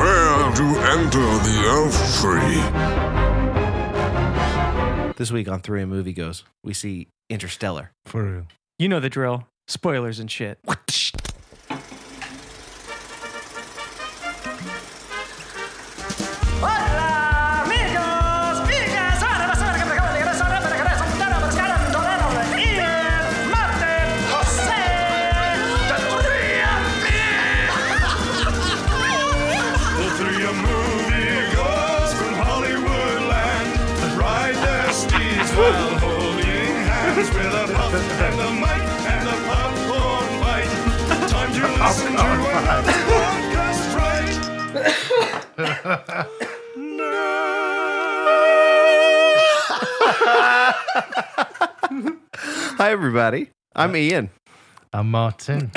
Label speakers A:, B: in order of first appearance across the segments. A: to enter the elf tree.
B: This week on Three and Movie Goes, we see Interstellar.
C: For real.
D: You know the drill. Spoilers and shit.
E: Hola amigos, amigas, ahora vas a ver que me acaban de regresar, ahora me regresan, ahora me regresan, Dorado, Reguil, Marte, José, Chaturría,
F: The three a movie goes from Hollywood land that ride their steeds while holding hands with a puff and a mic and a popcorn bite. Time to listen to another podcast right.
B: Hi, everybody. I'm Ian,
C: I'm Martin.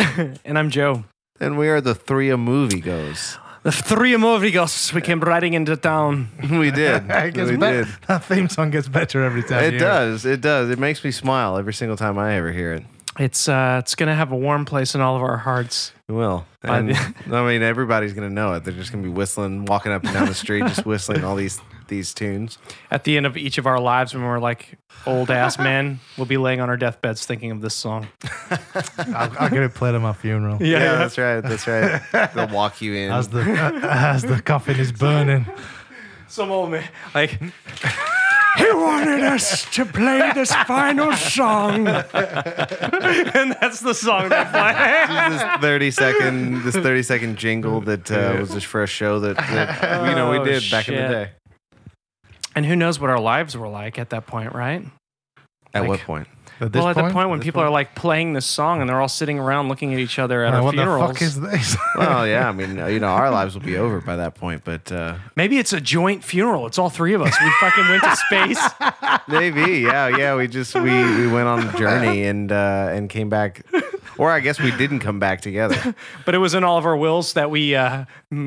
D: And I'm Joe.
B: and we are the Three of Movie Goes.
D: The three amigos, we came riding into town.
B: We did.
C: It gets
B: we
C: better.
B: did.
C: That theme song gets better every time.
B: It
C: you hear
B: does. It does. It makes me smile every single time I ever hear it.
D: It's uh, it's gonna have a warm place in all of our hearts.
B: Well,
D: I-
B: and, I mean, everybody's gonna know it. They're just gonna be whistling, walking up and down the street, just whistling all these these tunes.
D: At the end of each of our lives, when we're like old ass men, we'll be laying on our deathbeds thinking of this song.
C: I'll, I'll get it played at my funeral.
B: Yeah, that's right. That's right. They'll walk you in.
C: As the as the coffin is burning.
D: Some old man, like, he wanted us to play this final song, and that's the song they play.
B: this thirty second this thirty second jingle that uh, was just for a show that, that you know we
D: Oh,
B: did back in the
D: shit.
B: day.
D: And who knows what our lives were like at that point, right?
B: At what
D: Like-
B: point?
C: At this
D: well, at the point when
B: This
D: people
B: point?
D: are like playing this song and they're all sitting around looking at each other at
C: Oh,
D: our
C: what
D: funerals.
C: the fuck is this?
B: Well, yeah. I mean, uh, you know, our lives will be over by that point, but uh,
D: Maybe it's a joint funeral. It's all three of us. We fucking went to space.
B: maybe, yeah, yeah. We just we we went on a journey and uh, and came back, or I guess we didn't come back together.
D: But it was in all of our wills that we uh,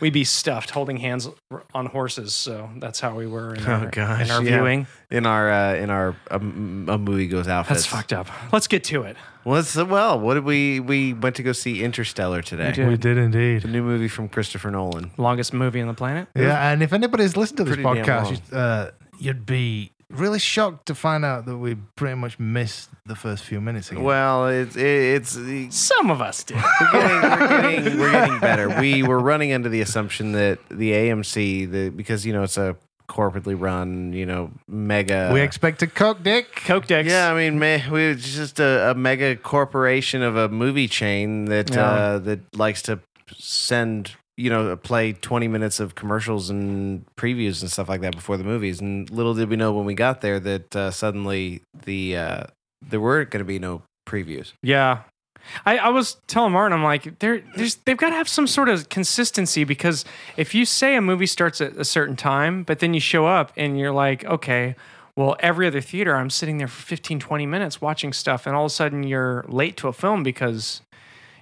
D: we be stuffed holding hands on horses. So that's how we were in our, in our
B: yeah.
D: viewing.
B: in our uh, in our um, a movie goes outfits.
D: That's fucked up. Let's get to it.
B: Well, so, well, what did we we went to go see Interstellar today?
D: did.
C: we did
B: The
C: indeed.
B: new movie from Christopher Nolan.
D: Longest movie on the planet.
C: Yeah, and if anybody's listened to this
B: Pretty damn
C: podcast,
B: long.
C: you'd, uh, you'd be really shocked to find out that we pretty much missed the first few minutes. Again.
B: Well, it's it's we're
D: Some of us did.
B: getting, we're, getting, we're getting better. We were running under the assumption that the AMC, the because you know it's a corporately run, you know, mega.
C: we expect a cock dick.
D: Coke decks.
B: yeah, I mean, meh, we it's just a, a mega corporation of a movie chain that
D: Yeah.
B: uh, that likes to send you know play twenty minutes of commercials and previews and stuff like that before the movies. And little did we know when we got there that uh, suddenly the uh, there were going to be no previews.
D: Yeah. I, I was telling Martin, I'm like, there, there's, they've got to have some sort of consistency because if you say a movie starts at a certain time, but then you show up and you're like, okay, well, every other theater, I'm sitting there for 15, 20 minutes watching stuff, and all of a sudden you're late to a film because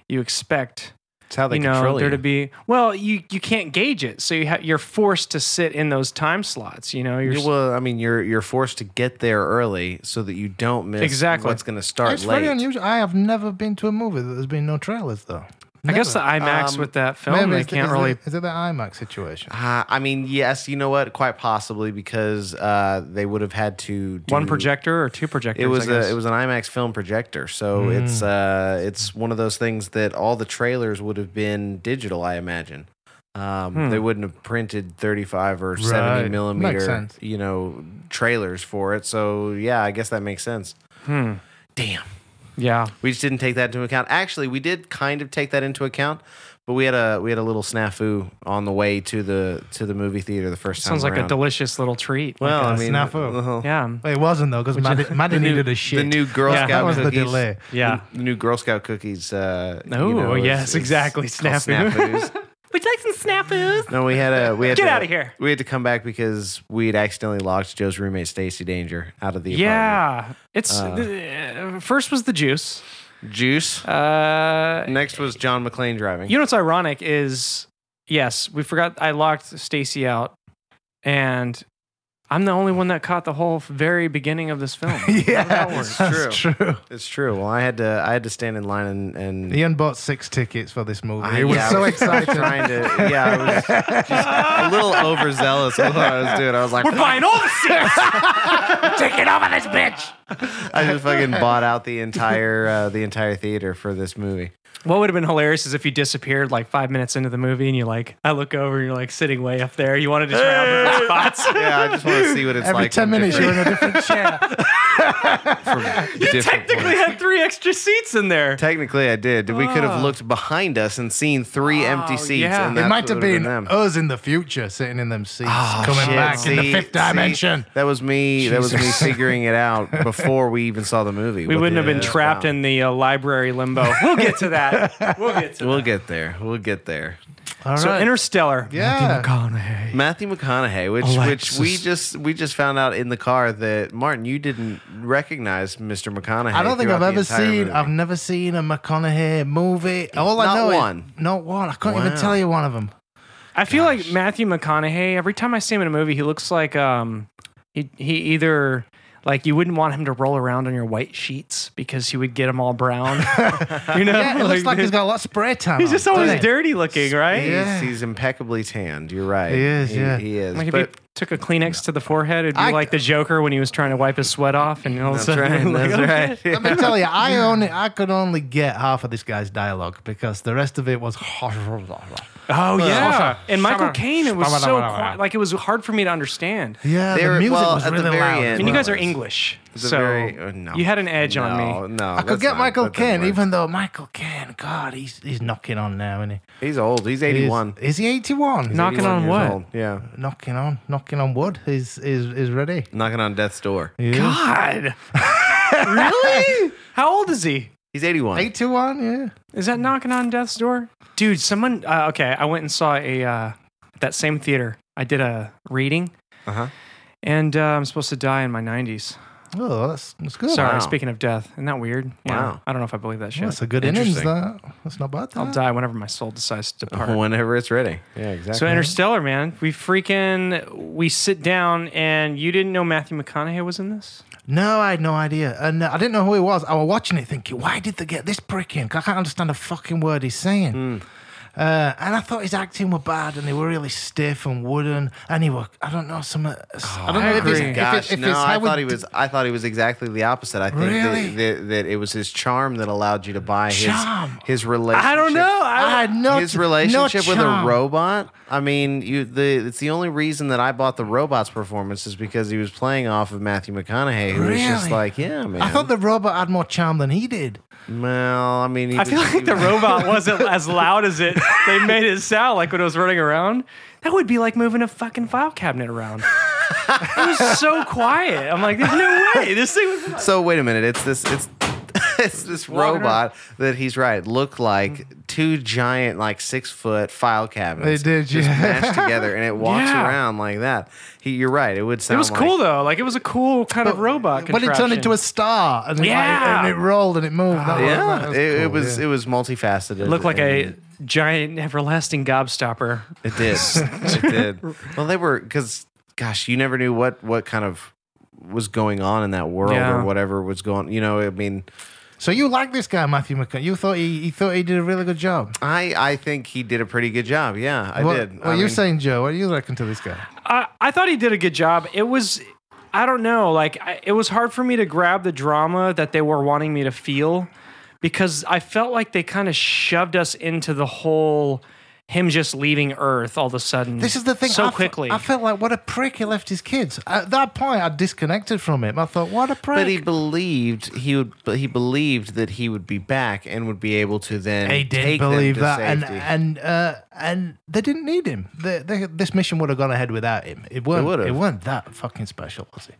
D: you expect,
B: It's how they
D: you know,
B: control
D: there
B: you.
D: to be, well, you, you can't gauge it. So you ha- you're forced to sit in those time slots, you know, you're,
B: You- well, I mean, you're you're forced to get there early so that you don't miss
D: Exactly.
B: what's going to start
C: It's
B: late.
C: very unusual. I have never been to a movie that there's been no trailers though.
D: I guess the
C: Never.
D: IMAX
B: Um,
D: with that film,
C: Maybe
D: they
C: it's the-
D: can't
C: is
D: really
C: It, is it the IMAX situation?
B: Uh, I mean, yes, you know what? Quite possibly because uh, they would have had to do
D: one projector or two projectors.
B: It was
D: I guess. Hmm.
B: a, it was an IMAX film projector, so it's uh, it's one of those things that all the trailers would have been digital. I imagine um,
D: Hmm.
B: they wouldn't have printed thirty five or seventy
C: Right. Makes
B: millimeter,
C: sense.
B: you know, trailers for it. So yeah, I guess that makes sense.
D: Hmm.
B: Damn.
D: yeah.
B: We just didn't take that into account. Actually, we did kind of take that into account, but we had a we had a little snafu on the way to the to the movie theater the first time.
D: Sounds like a
B: around.
D: delicious little treat.
B: Well,
C: Like
B: I
C: a
B: mean,
C: snafu.
B: well,
D: yeah.
C: Well, it wasn't though, because Maddie, Maddie
B: the new-
C: needed a shit.
B: The new Girl
D: Yeah.
B: Scout
C: that was the
B: cookies.
C: delay.
D: Yeah.
B: The new Girl Scout cookies. Uh, you
D: Oh,
B: know,
D: yes, exactly.
B: it's called
D: Snafu.
B: snafus.
D: Would you like some snafus?
B: no, we had a we had
D: Get
B: to,
D: outta here.
B: We had to come back because we had accidentally locked Joe's roommate Stacy Danger out of the
D: Yeah. It's uh, first was the juice.
B: apartment. Juice.
D: Uh,
B: Next was John McClane driving.
D: you know what's ironic is yes, we forgot I locked Stacy out and I'm the only one that caught the whole very beginning of this film.
C: yeah,
D: that works.
C: that's true.
B: It's true. Well, I had to I had to stand in line and and
C: Ian bought six tickets for this movie.
B: Mm. I-
C: he was
B: yeah, I
C: so
B: I was
C: excited.
B: Trying to, yeah, I was just a little overzealous with what I was doing. I was like,
D: We're buying all the six.
B: I just fucking bought out the entire uh, the entire theater for this movie.
D: What would have been hilarious is if you disappeared like five minutes into the movie and you like, I look over and you're like sitting way up there. You want to just round different spots.
B: Yeah, I just want to see what it's
C: Every
B: like.
C: ten
B: from
C: minutes, you're
B: different-
C: in a different chair.
B: from
D: You
B: different
D: technically
B: points.
D: had three extra seats in there.
B: Technically, I did. We could have
D: Ah.
B: looked behind us and seen three empty
D: Oh,
B: seats.
D: yeah.
B: And
D: It
C: Oh. It
B: that's
C: might
B: what
C: have
B: would
C: been
B: them.
C: us in the future sitting in them seats,
B: Oh,
C: coming
B: shit.
C: back in
B: See-
C: the fifth
B: see,
C: dimension.
B: that was me. That was me
C: Jesus.
B: figuring it out before we even saw the movie.
D: We
B: What
D: wouldn't have
B: the-
D: been trapped
B: wow.
D: in the uh, library limbo. We'll get to that. We'll get to
B: We'll get there. We'll get there.
C: All
D: that. So
C: right.
D: Interstellar.
C: Yeah.
D: McConaughey.
B: Matthew McConaughey, which which we
D: Alexis.
B: just we just found out in the car that Martin, you didn't recognize Mr. McConaughey.
C: I don't think I've
B: throughout the
C: ever
B: entire
C: seen.
B: movie.
C: I've never seen a McConaughey movie. All I
B: Not
C: know
B: one.
C: is not one. I couldn't
B: Wow.
C: even tell you one of them.
D: I feel like Matthew McConaughey. Every time I see him in a movie, he looks like um, he he either like you wouldn't want him to roll around on your white sheets because he would get them all brown. you know,
C: Yeah, it looks like he's got a lot of spray tan.
D: he's just
C: on,
D: always
C: doesn't he?
D: dirty looking, right?
B: He's,
C: Yeah.
B: he's impeccably tanned. You're right.
C: He is,
B: He,
C: yeah.
B: he is.
D: Like if
B: but
D: he took a Kleenex to the forehead, it'd be
C: I-
D: like the Joker when he was trying to wipe his sweat off, and all of
B: that's
D: a sudden,
B: right.
D: like,
B: That's
D: okay.
B: right.
C: Let me tell you, I only I could only get half of this guy's dialogue because the rest of it was horrible.
D: Oh yeah, and Michael
C: Shabba-
D: Caine, it was so
C: shabba-
D: quiet. like it was hard for me to understand.
C: Yeah,
B: They
C: the
B: were-
C: music
B: well,
C: was
B: at the
C: really
B: very
C: loud.
B: end-
D: I mean, you guys are
B: Well, it's-
D: English,
B: It's a
D: so
B: very- oh, no.
D: you had an edge on
B: No,
D: me.
B: no.
C: I could
B: that's
C: get
B: not-
C: Michael
B: that doesn't
C: Caine,
B: work.
C: even though Michael Caine, God, he's he's knocking on now, isn't he?
B: he's old. He's
C: He's-
B: 81.
C: Is he 81?
D: Knock- Knocking
B: 81
D: on
B: years
D: what?
B: old. Yeah,
C: Knocking on, knocking on wood. Is is is ready?
B: knocking on death's door.
D: God, really? How old is he?
B: He's 81.
C: 81, yeah.
D: Is that knocking on death's door? Dude, someone uh, okay, I went and saw a uh that same theater. I did a reading
B: Uh-huh.
D: and uh, I'm supposed to die in my 90s.
C: Oh, that's that's good.
D: Sorry,
B: Wow.
D: speaking of death, isn't that weird? Yeah.
B: Wow.
D: I don't know if I believe that
C: Well,
D: shit.
C: that's a good innings.
B: Interesting.
C: That that's not bad.
D: I'll
C: that.
D: die whenever my soul decides to depart.
B: Whenever it's ready. Yeah, exactly.
D: So Interstellar, man, we freaking we sit down and you didn't know Matthew McConaughey was in this?
C: No, I had no idea, and uh, I didn't know who he was. I was watching it, thinking, why did they get this prick in? 'Cause I can't understand a fucking word he's saying.
B: Hmm.
C: Uh, and I thought his acting were bad, and they were really stiff and wooden. And he were, I don't know, some. uh, I don't know
D: I
C: if it's,
D: agree.
C: if
B: Oh, Gosh,
C: it- if
B: no,
C: it's
B: I
C: Howard
B: thought he was. I thought he was exactly the opposite. I think
C: Really?
B: that, that, that it was his charm that allowed you to buy his
C: Charm.
B: his relationship.
D: I don't know.
C: I
D: I,
C: had no
B: his relationship
C: no
B: with a
C: charm.
B: robot. I mean, you the it's the only reason that I bought the robot's performance is because he was playing off of Matthew McConaughey, who was just
C: Really?
B: like, yeah, man.
C: I thought the robot had more charm than he did.
B: well, I mean, he
D: I
B: was-
D: feel
B: he
D: like the
B: was-
D: robot wasn't as loud as it they made it sound like when it was running around. That would be like moving a fucking file cabinet around. it was so quiet. I'm like, there's no way this thing. Would...
B: So wait a minute, it's this it's it's this
D: Walking
B: robot that he's right looked like two giant like six foot file cabinets.
C: They did,
B: just
C: yeah.
B: mashed together, and it walks
D: Yeah.
B: around like that. He, you're right. It would
D: It
B: sound.
C: Oh
D: was
B: like-
D: cool though. Like it was a cool kind of robot.
C: When it turned into
D: contraption.
C: a star and, it, like,
D: Yeah.
C: and it rolled and it moved. That was- that
B: Yeah,
C: was
B: it, it
C: cool,
B: was
C: yeah.
B: it was multifaceted.
D: It looked like a
B: and-
D: giant everlasting gobstopper.
B: It did. it did. Well, they were because gosh, you never knew what what kind of was going on in that world
D: Yeah.
B: or whatever was going. You know, I mean,
C: So you like this guy, Matthew McConaughey? You thought he, he thought he did a really good job.
B: I I think he did a pretty good job. Yeah, I
C: what,
B: did.
C: What
B: I
C: are you
B: mean,
C: saying, Joe? What do you reckon to this guy?
D: I, I thought he did a good job. It was, I don't know, like I, it was hard for me to grab the drama that they were wanting me to feel because I felt like they kind of shoved us into the whole him just leaving Earth all of a sudden.
C: This is the thing.
D: so
C: I fe-
D: quickly.
C: I felt like what a prick he left his kids. At that point, I disconnected from him. I thought, what a prick.
B: But he believed he would. But he believed that he would be back and would be able to then.
C: They didn't
B: take them
C: believe
B: to
C: that,
B: safety.
C: and and uh, and they didn't need him. They, they, this mission would have gone ahead without him. It weren't.
B: would've.
C: It, weren't that fucking special, was it?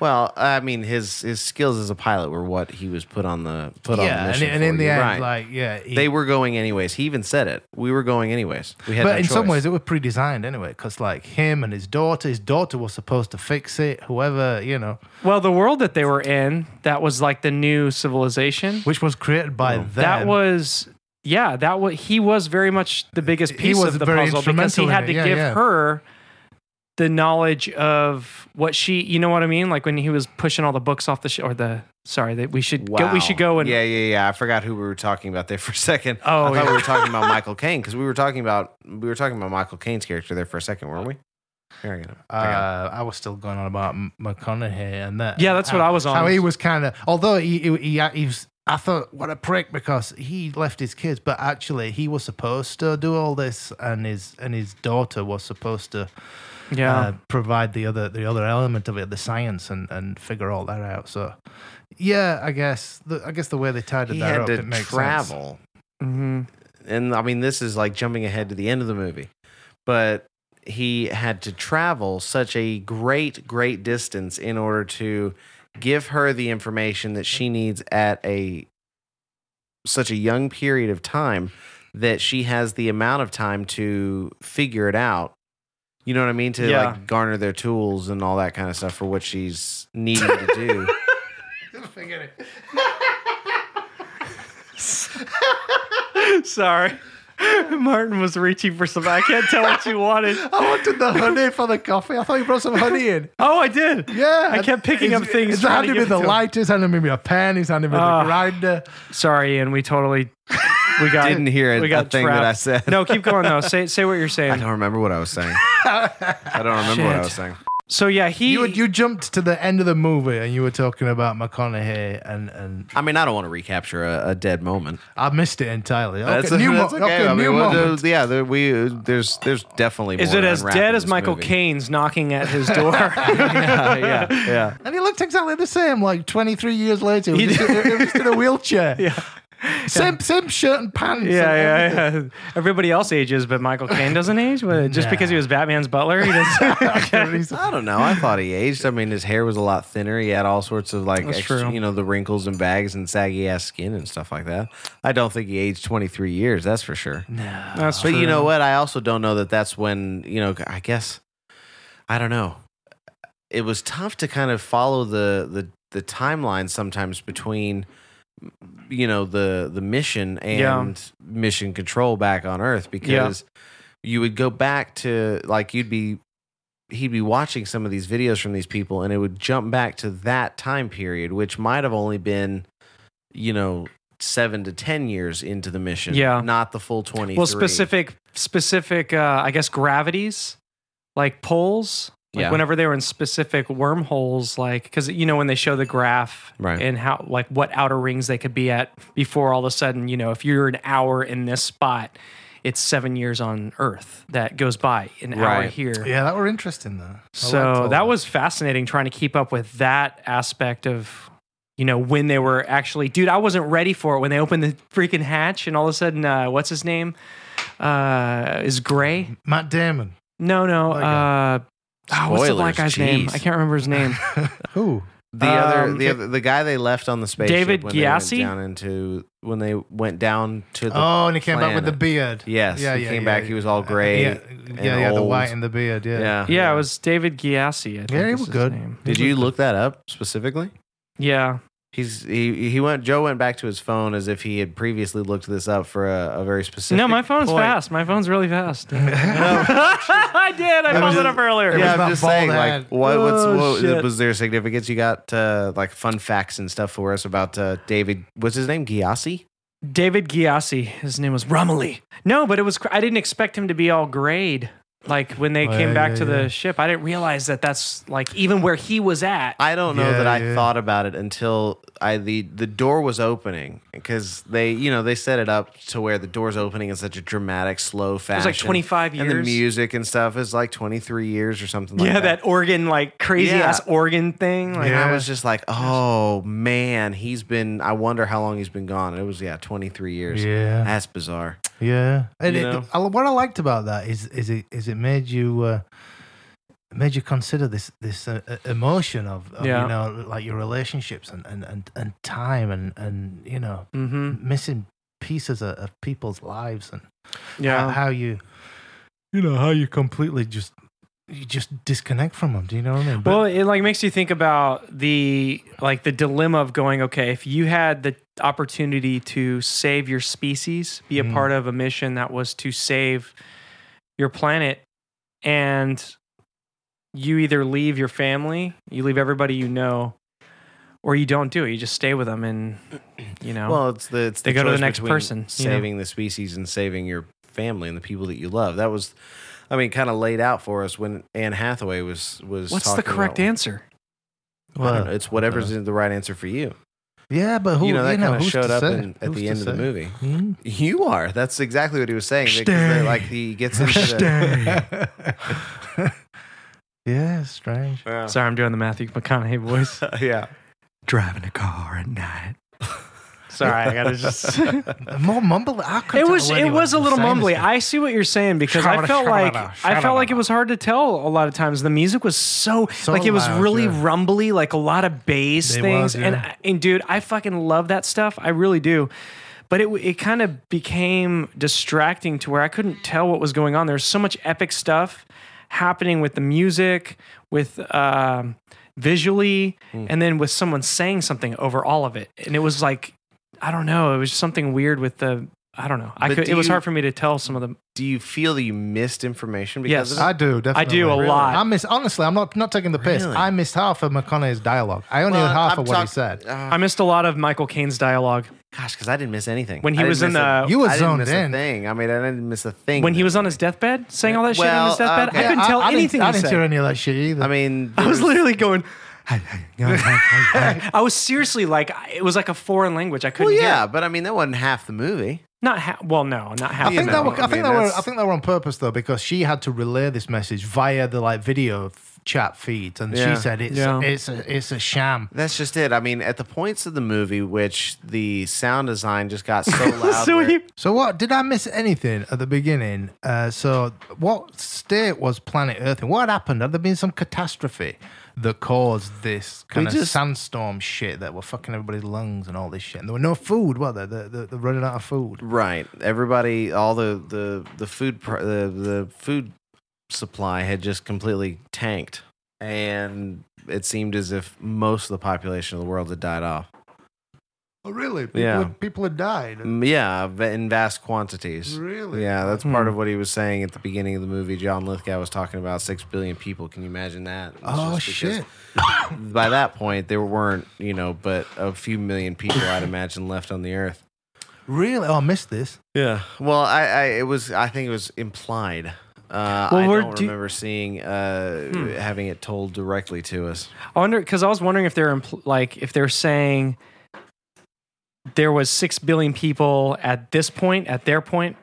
B: well, I mean, his his skills as a pilot were what he was put on the put on the
C: yeah, and,
B: mission
C: and
B: for,
C: in the
B: you're
C: end,
B: right.
C: like yeah, he-
B: they were going anyways. He even said it. We were going anyways. We had
C: But
B: no
C: in some
B: choice.
C: ways, it was pre-designed anyway, because like him and his daughter, his daughter was supposed to fix it. Whoever you know,
D: well, the world that they were in, that was like the new civilization.
C: which was created by them.
D: That was. Yeah, that was he was very much the biggest
C: He
D: piece
C: was
D: of the
C: very
D: puzzle because he
C: instrumental in
D: had
C: it.
D: to
C: Yeah,
D: give
C: yeah.
D: her the knowledge of what she, you know what I mean? Like when he was pushing all the books off the sh- or the sorry that we should go, we should go and
B: yeah, yeah, yeah. I forgot who we were talking about there for a second. I
D: Oh,
B: thought
D: yeah.
B: we were talking about Michael Caine because we were talking about we were talking about Michael Caine's character there for a second, weren't we? Here I go. I got it.
C: Uh, I was still going on about M- McConaughey and that.
D: Yeah, that's what
C: how-
D: I was on.
C: How he was kind of, although he, he, he, he was, I thought, what a prick because he left his kids, but actually he was supposed to do all this, and his and his daughter was supposed to
D: yeah.
C: uh, provide the other the other element of it, the science, and and figure all that out. So, yeah, I guess the, I guess the way they tied it
B: he
C: that
B: had
C: up,
B: to
C: it makes sense.
B: travel.
D: hmm
B: and I mean, this is like jumping ahead to the end of the movie, but he had to travel such a great, great distance in order to give her the information that she needs at a such a young period of time that she has the amount of time to figure it out. You know what I mean? To
D: Yeah.
B: like garner their tools and all that kind of stuff for what she's needing to do.
D: Sorry. Martin was reaching for something. I can't tell what you wanted.
C: I wanted the honey for the coffee. I thought you brought some honey in.
D: Oh, I did.
C: Yeah,
D: I kept picking
C: He's-
D: up things,
C: He's
D: trying to
C: handed me
D: give it
C: the
D: to him.
C: light. He's handed me a pen. He's handed me
D: Ah.
C: the grinder.
D: Sorry, Ian. We totally we got
B: Didn't hear a-
D: we got
B: a thing that
D: trapped.
B: I said.
D: No, keep going though. Say say what you're
B: I
D: saying.
B: don't remember what I was saying. I don't remember what I
D: Shit.
B: was saying.
D: So yeah, he
C: You you jumped to the end of the movie and you were talking about McConaughey and and
B: I mean, I don't want to recapture a, a dead moment.
C: I missed it entirely. Okay,
B: That's,
C: new
B: that's
C: mo-
B: okay. I mean,
C: new
B: well,
C: moment.
B: there's- yeah, there, we uh, there's there's definitely
D: is
B: more
D: it
B: to
D: as
B: unwrap in
D: dead as
B: this
D: Michael
B: movie.
D: Caine's knocking at his door? yeah,
B: yeah, yeah.
C: and he looked exactly the same, like 23 years later. He was just, he was just in a wheelchair.
D: yeah,
C: Same, same shirt and pants. and everything.
D: yeah, yeah. Everybody else ages, but Michael Caine doesn't age. But just
C: Nah.
D: because he was Batman's butler, he doesn't.
B: I don't know. I thought he aged. I mean, his hair was a lot thinner. He had all sorts of like,
D: That's
B: extra,
D: true.
B: you know, the wrinkles and bags and saggy ass skin and stuff like that. I don't think he aged 23 years. That's for sure.
D: That's
B: But
D: true.
B: you know what? I also don't know that that's when, you know, I guess I don't know. It was tough to kind of follow the the the timeline sometimes between you know the the mission and mission control back on earth because you would go back to like you'd be he'd be watching some of these videos from these people and it would jump back to that time period which might have only been you know 7 to 10 years into the mission
D: Yeah.
B: not the full 20
D: well specific specific uh i guess gravities like poles like
B: Yeah.
D: whenever they were in specific wormholes like because you know when they show the graph
B: Right.
D: and how like what outer rings they could be at before all of a sudden you know if you're an hour in this spot it's seven years on earth that goes by an hour
B: Right.
D: here
C: Yeah, that were interesting though. I liked
D: so
C: all
D: that was fascinating trying to keep up with that aspect of, you know, when they were actually, dude, I wasn't ready for it when they opened the freaking hatch and all of a sudden, uh, what's his name? Uh, is Gray?
C: Matt Damon.
D: No, no.
C: Okay.
D: Uh, ah, what's the black
B: Spoilers,
D: guy's name?
B: jeez.
D: I can't remember his name.
C: Who?
B: The
D: Um,
B: other, the
D: it-
B: other, the guy they left on the spaceship.
D: David
B: when they went
D: Gyasi?
B: down into when they went down to the.
C: Oh, and he came back with the
B: planet.
C: beard.
B: Yes, he came back, he was all gray
C: Yeah, yeah, yeah, the
B: old.
C: white and the beard. uh, Yeah.
B: yeah.
D: yeah, it was David Gyasi. I think
C: Yeah, he
D: is
C: was
D: his
C: good.
D: name.
B: Did you look that up specifically?
D: Yeah.
B: He's he he went. Joe went back to his phone as if he had previously looked this up for a, a very specific.
D: No, my phone's
B: point.
D: fast. My phone's really fast. I did. I pulled
B: just-
D: it up earlier.
C: was
B: Yeah,
C: that
B: I'm just
C: bald
B: saying.
C: head.
B: Like, what? What's
D: Oh,
B: what,
D: shit.
B: was there significance? You got uh, like fun facts and stuff for us about uh, David. What's his name? Gyasi.
D: David Gyasi. His name was Romilly. No, but it was. I didn't expect him to be all grayed. Like when they
C: Oh,
D: came
C: yeah,
D: back
C: yeah,
D: to
C: yeah.
D: the ship, I didn't realize that that's like even where he was at.
B: I don't know
C: Yeah,
B: that I
C: yeah.
B: thought about it until I the the door was opening because they you know they set it up to where the door's opening in such a dramatic slow fashion.
D: was like 25
B: and the
D: years.
B: music and stuff is like twenty three years or something. like
D: yeah,
B: that.
D: that organ, like crazy
B: Yeah.
D: ass organ thing. Like,
B: And I
C: Yeah.
B: was just like, oh man, he's been. I wonder how long he's been gone. And it was yeah, twenty three years.
C: Yeah.
B: that's bizarre.
C: Yeah, and
B: You
C: it,
B: know?
C: I- what I liked about that is is it is it made you uh, made you consider this this uh, uh, emotion of, of
D: Yeah.
C: you know like your relationships and and and, and time and and you know
D: Mm-hmm.
C: missing pieces of, of people's lives and how,
D: Yeah.
C: how you you know how you completely just you just disconnect from them. Do you know what I mean? But
D: well, it like makes you think about the like the dilemma of going, okay, if you had the opportunity to save your species, be a
C: Mm.
D: part of a mission that was to save your planet and you either leave your family, you leave everybody you know, or you don't do it. You just stay with them, and you know.
B: Well, it's the it's
D: They
B: the
D: go to the
B: choice
D: next
B: between
D: person, you know?
B: saving the species and saving your family and the people that you love. That was, I mean, kind of laid out for us when Anne Hathaway was was.
D: what's the
B: talking
D: correct
B: about-
D: answer?
B: I don't know. It's whatever's the right answer for you.
C: Yeah, but who
B: you know that kind of
C: who's
B: showed
C: to
B: up
C: say?
B: in, at
C: Who's
B: the
C: to
B: end of the
C: say?
B: movie.
C: Hmm?
B: You are. That's exactly what he was saying. because they're
C: Stay.
B: like he gets into the.
C: yeah, strange.
B: Yeah.
D: Oh. Sorry, I'm doing the Matthew McConaughey voice.
B: yeah.
D: Driving a car at night. Sorry, I gotta just.
B: Uh,
C: More mumble. I couldn't
D: it
C: tell
D: was
C: when
D: it
C: he
D: was a little
C: saying this
D: mumbly.
C: stuff.
D: I see what you're saying because I
C: Shabada,
D: felt like
C: shabada,
D: I felt like it
C: shabada.
D: was hard to tell a lot of times. The music was so,
C: So
D: like it was
C: loud,
D: really
C: yeah.
D: rumbly, like a lot of bass
C: It
D: things.
C: was,
D: And
C: yeah.
D: I- and dude, I fucking love that stuff. I really do. But it it kind of became distracting to where I couldn't tell what was going on. There's so much epic stuff happening with the music, with um, visually, and then with someone saying something over all of it. And it was like I don't know. It was something weird with the. I don't know. I
B: But
D: could.
B: do
D: It was
B: you-
D: hard for me to tell some of the.
B: Do you feel that you missed information?
D: Yes.
B: Because of it?
C: I do definitely.
D: do a
C: Really?
D: lot.
C: I miss honestly. I'm not not taking the piss.
B: Really?
C: I missed half of McConaughey's dialogue. I only knew
B: Well,
C: half
B: I'm
C: of what he
B: talk-
C: said.
B: Uh,
D: I missed a lot of Michael Caine's dialogue
B: gosh, because I didn't miss anything
D: when he
B: I
D: was in
B: didn't miss a-
D: the.
C: You
B: I
C: was
B: didn't
C: zoned
B: miss
C: in.
B: a thing. I mean, I didn't miss a thing.
D: when he
B: that-
D: was on his deathbed, saying all that shit on
B: Well,
D: his deathbed,
B: okay.
D: I couldn't
C: Yeah,
D: tell
C: I,
D: anything
C: Didn't, I
D: he
C: didn't
D: said.
C: hear any of that shit either.
B: I mean,
D: I was
B: there
D: literally going. I was seriously like, it was like a foreign language. I couldn't
B: Well,
D: hear.
B: yeah,
D: it.
B: but I mean, that wasn't half the movie.
D: Not ha- well, no, not half.
C: I think
B: you
C: that
B: know,
C: were, I,
B: I mean,
C: think that were
B: that's-
C: I think that were on purpose though because she had to relay this message via the like video f- chat feed and
B: Yeah.
C: she said it's
D: Yeah.
C: it's a it's a sham.
B: That's just it. I mean, at the points of the movie, which the sound design just got so loud.
D: so
B: where-
D: he,
C: So what did I miss anything at the beginning? Uh, so what state was planet Earth in? What had happened? Had there been some catastrophe that caused this kind of
B: just-
C: sandstorm shit that were fucking everybody's lungs and all this shit? And there were no food, were there? They're, they're, they're running out of food.
B: Right. Everybody, all the the the food pr- the the food supply had just completely tanked, and it seemed as if most of the population of the world had died off.
C: Oh really?
B: People Yeah. had-
C: people had died.
B: Mm, Yeah, v- in vast quantities.
C: Really?
B: Yeah, that's part
C: Hmm.
B: of what he was saying at the beginning of the movie. John Lithgow was talking about six billion people. Can you imagine that? It's
C: Oh
B: just because
C: shit!
B: By that point, there weren't you know, but a few million people I'd imagine left on the earth.
C: Really? Oh, I missed this.
B: Yeah. Well, I, I it was I think it was implied. Uh,
D: Well,
B: I
D: we're-
B: don't
D: do-
B: remember seeing uh,
C: Hmm.
B: having it told directly to us.
D: I wonder because I was wondering if they're impl- like if they're saying there was six billion people at this point at their point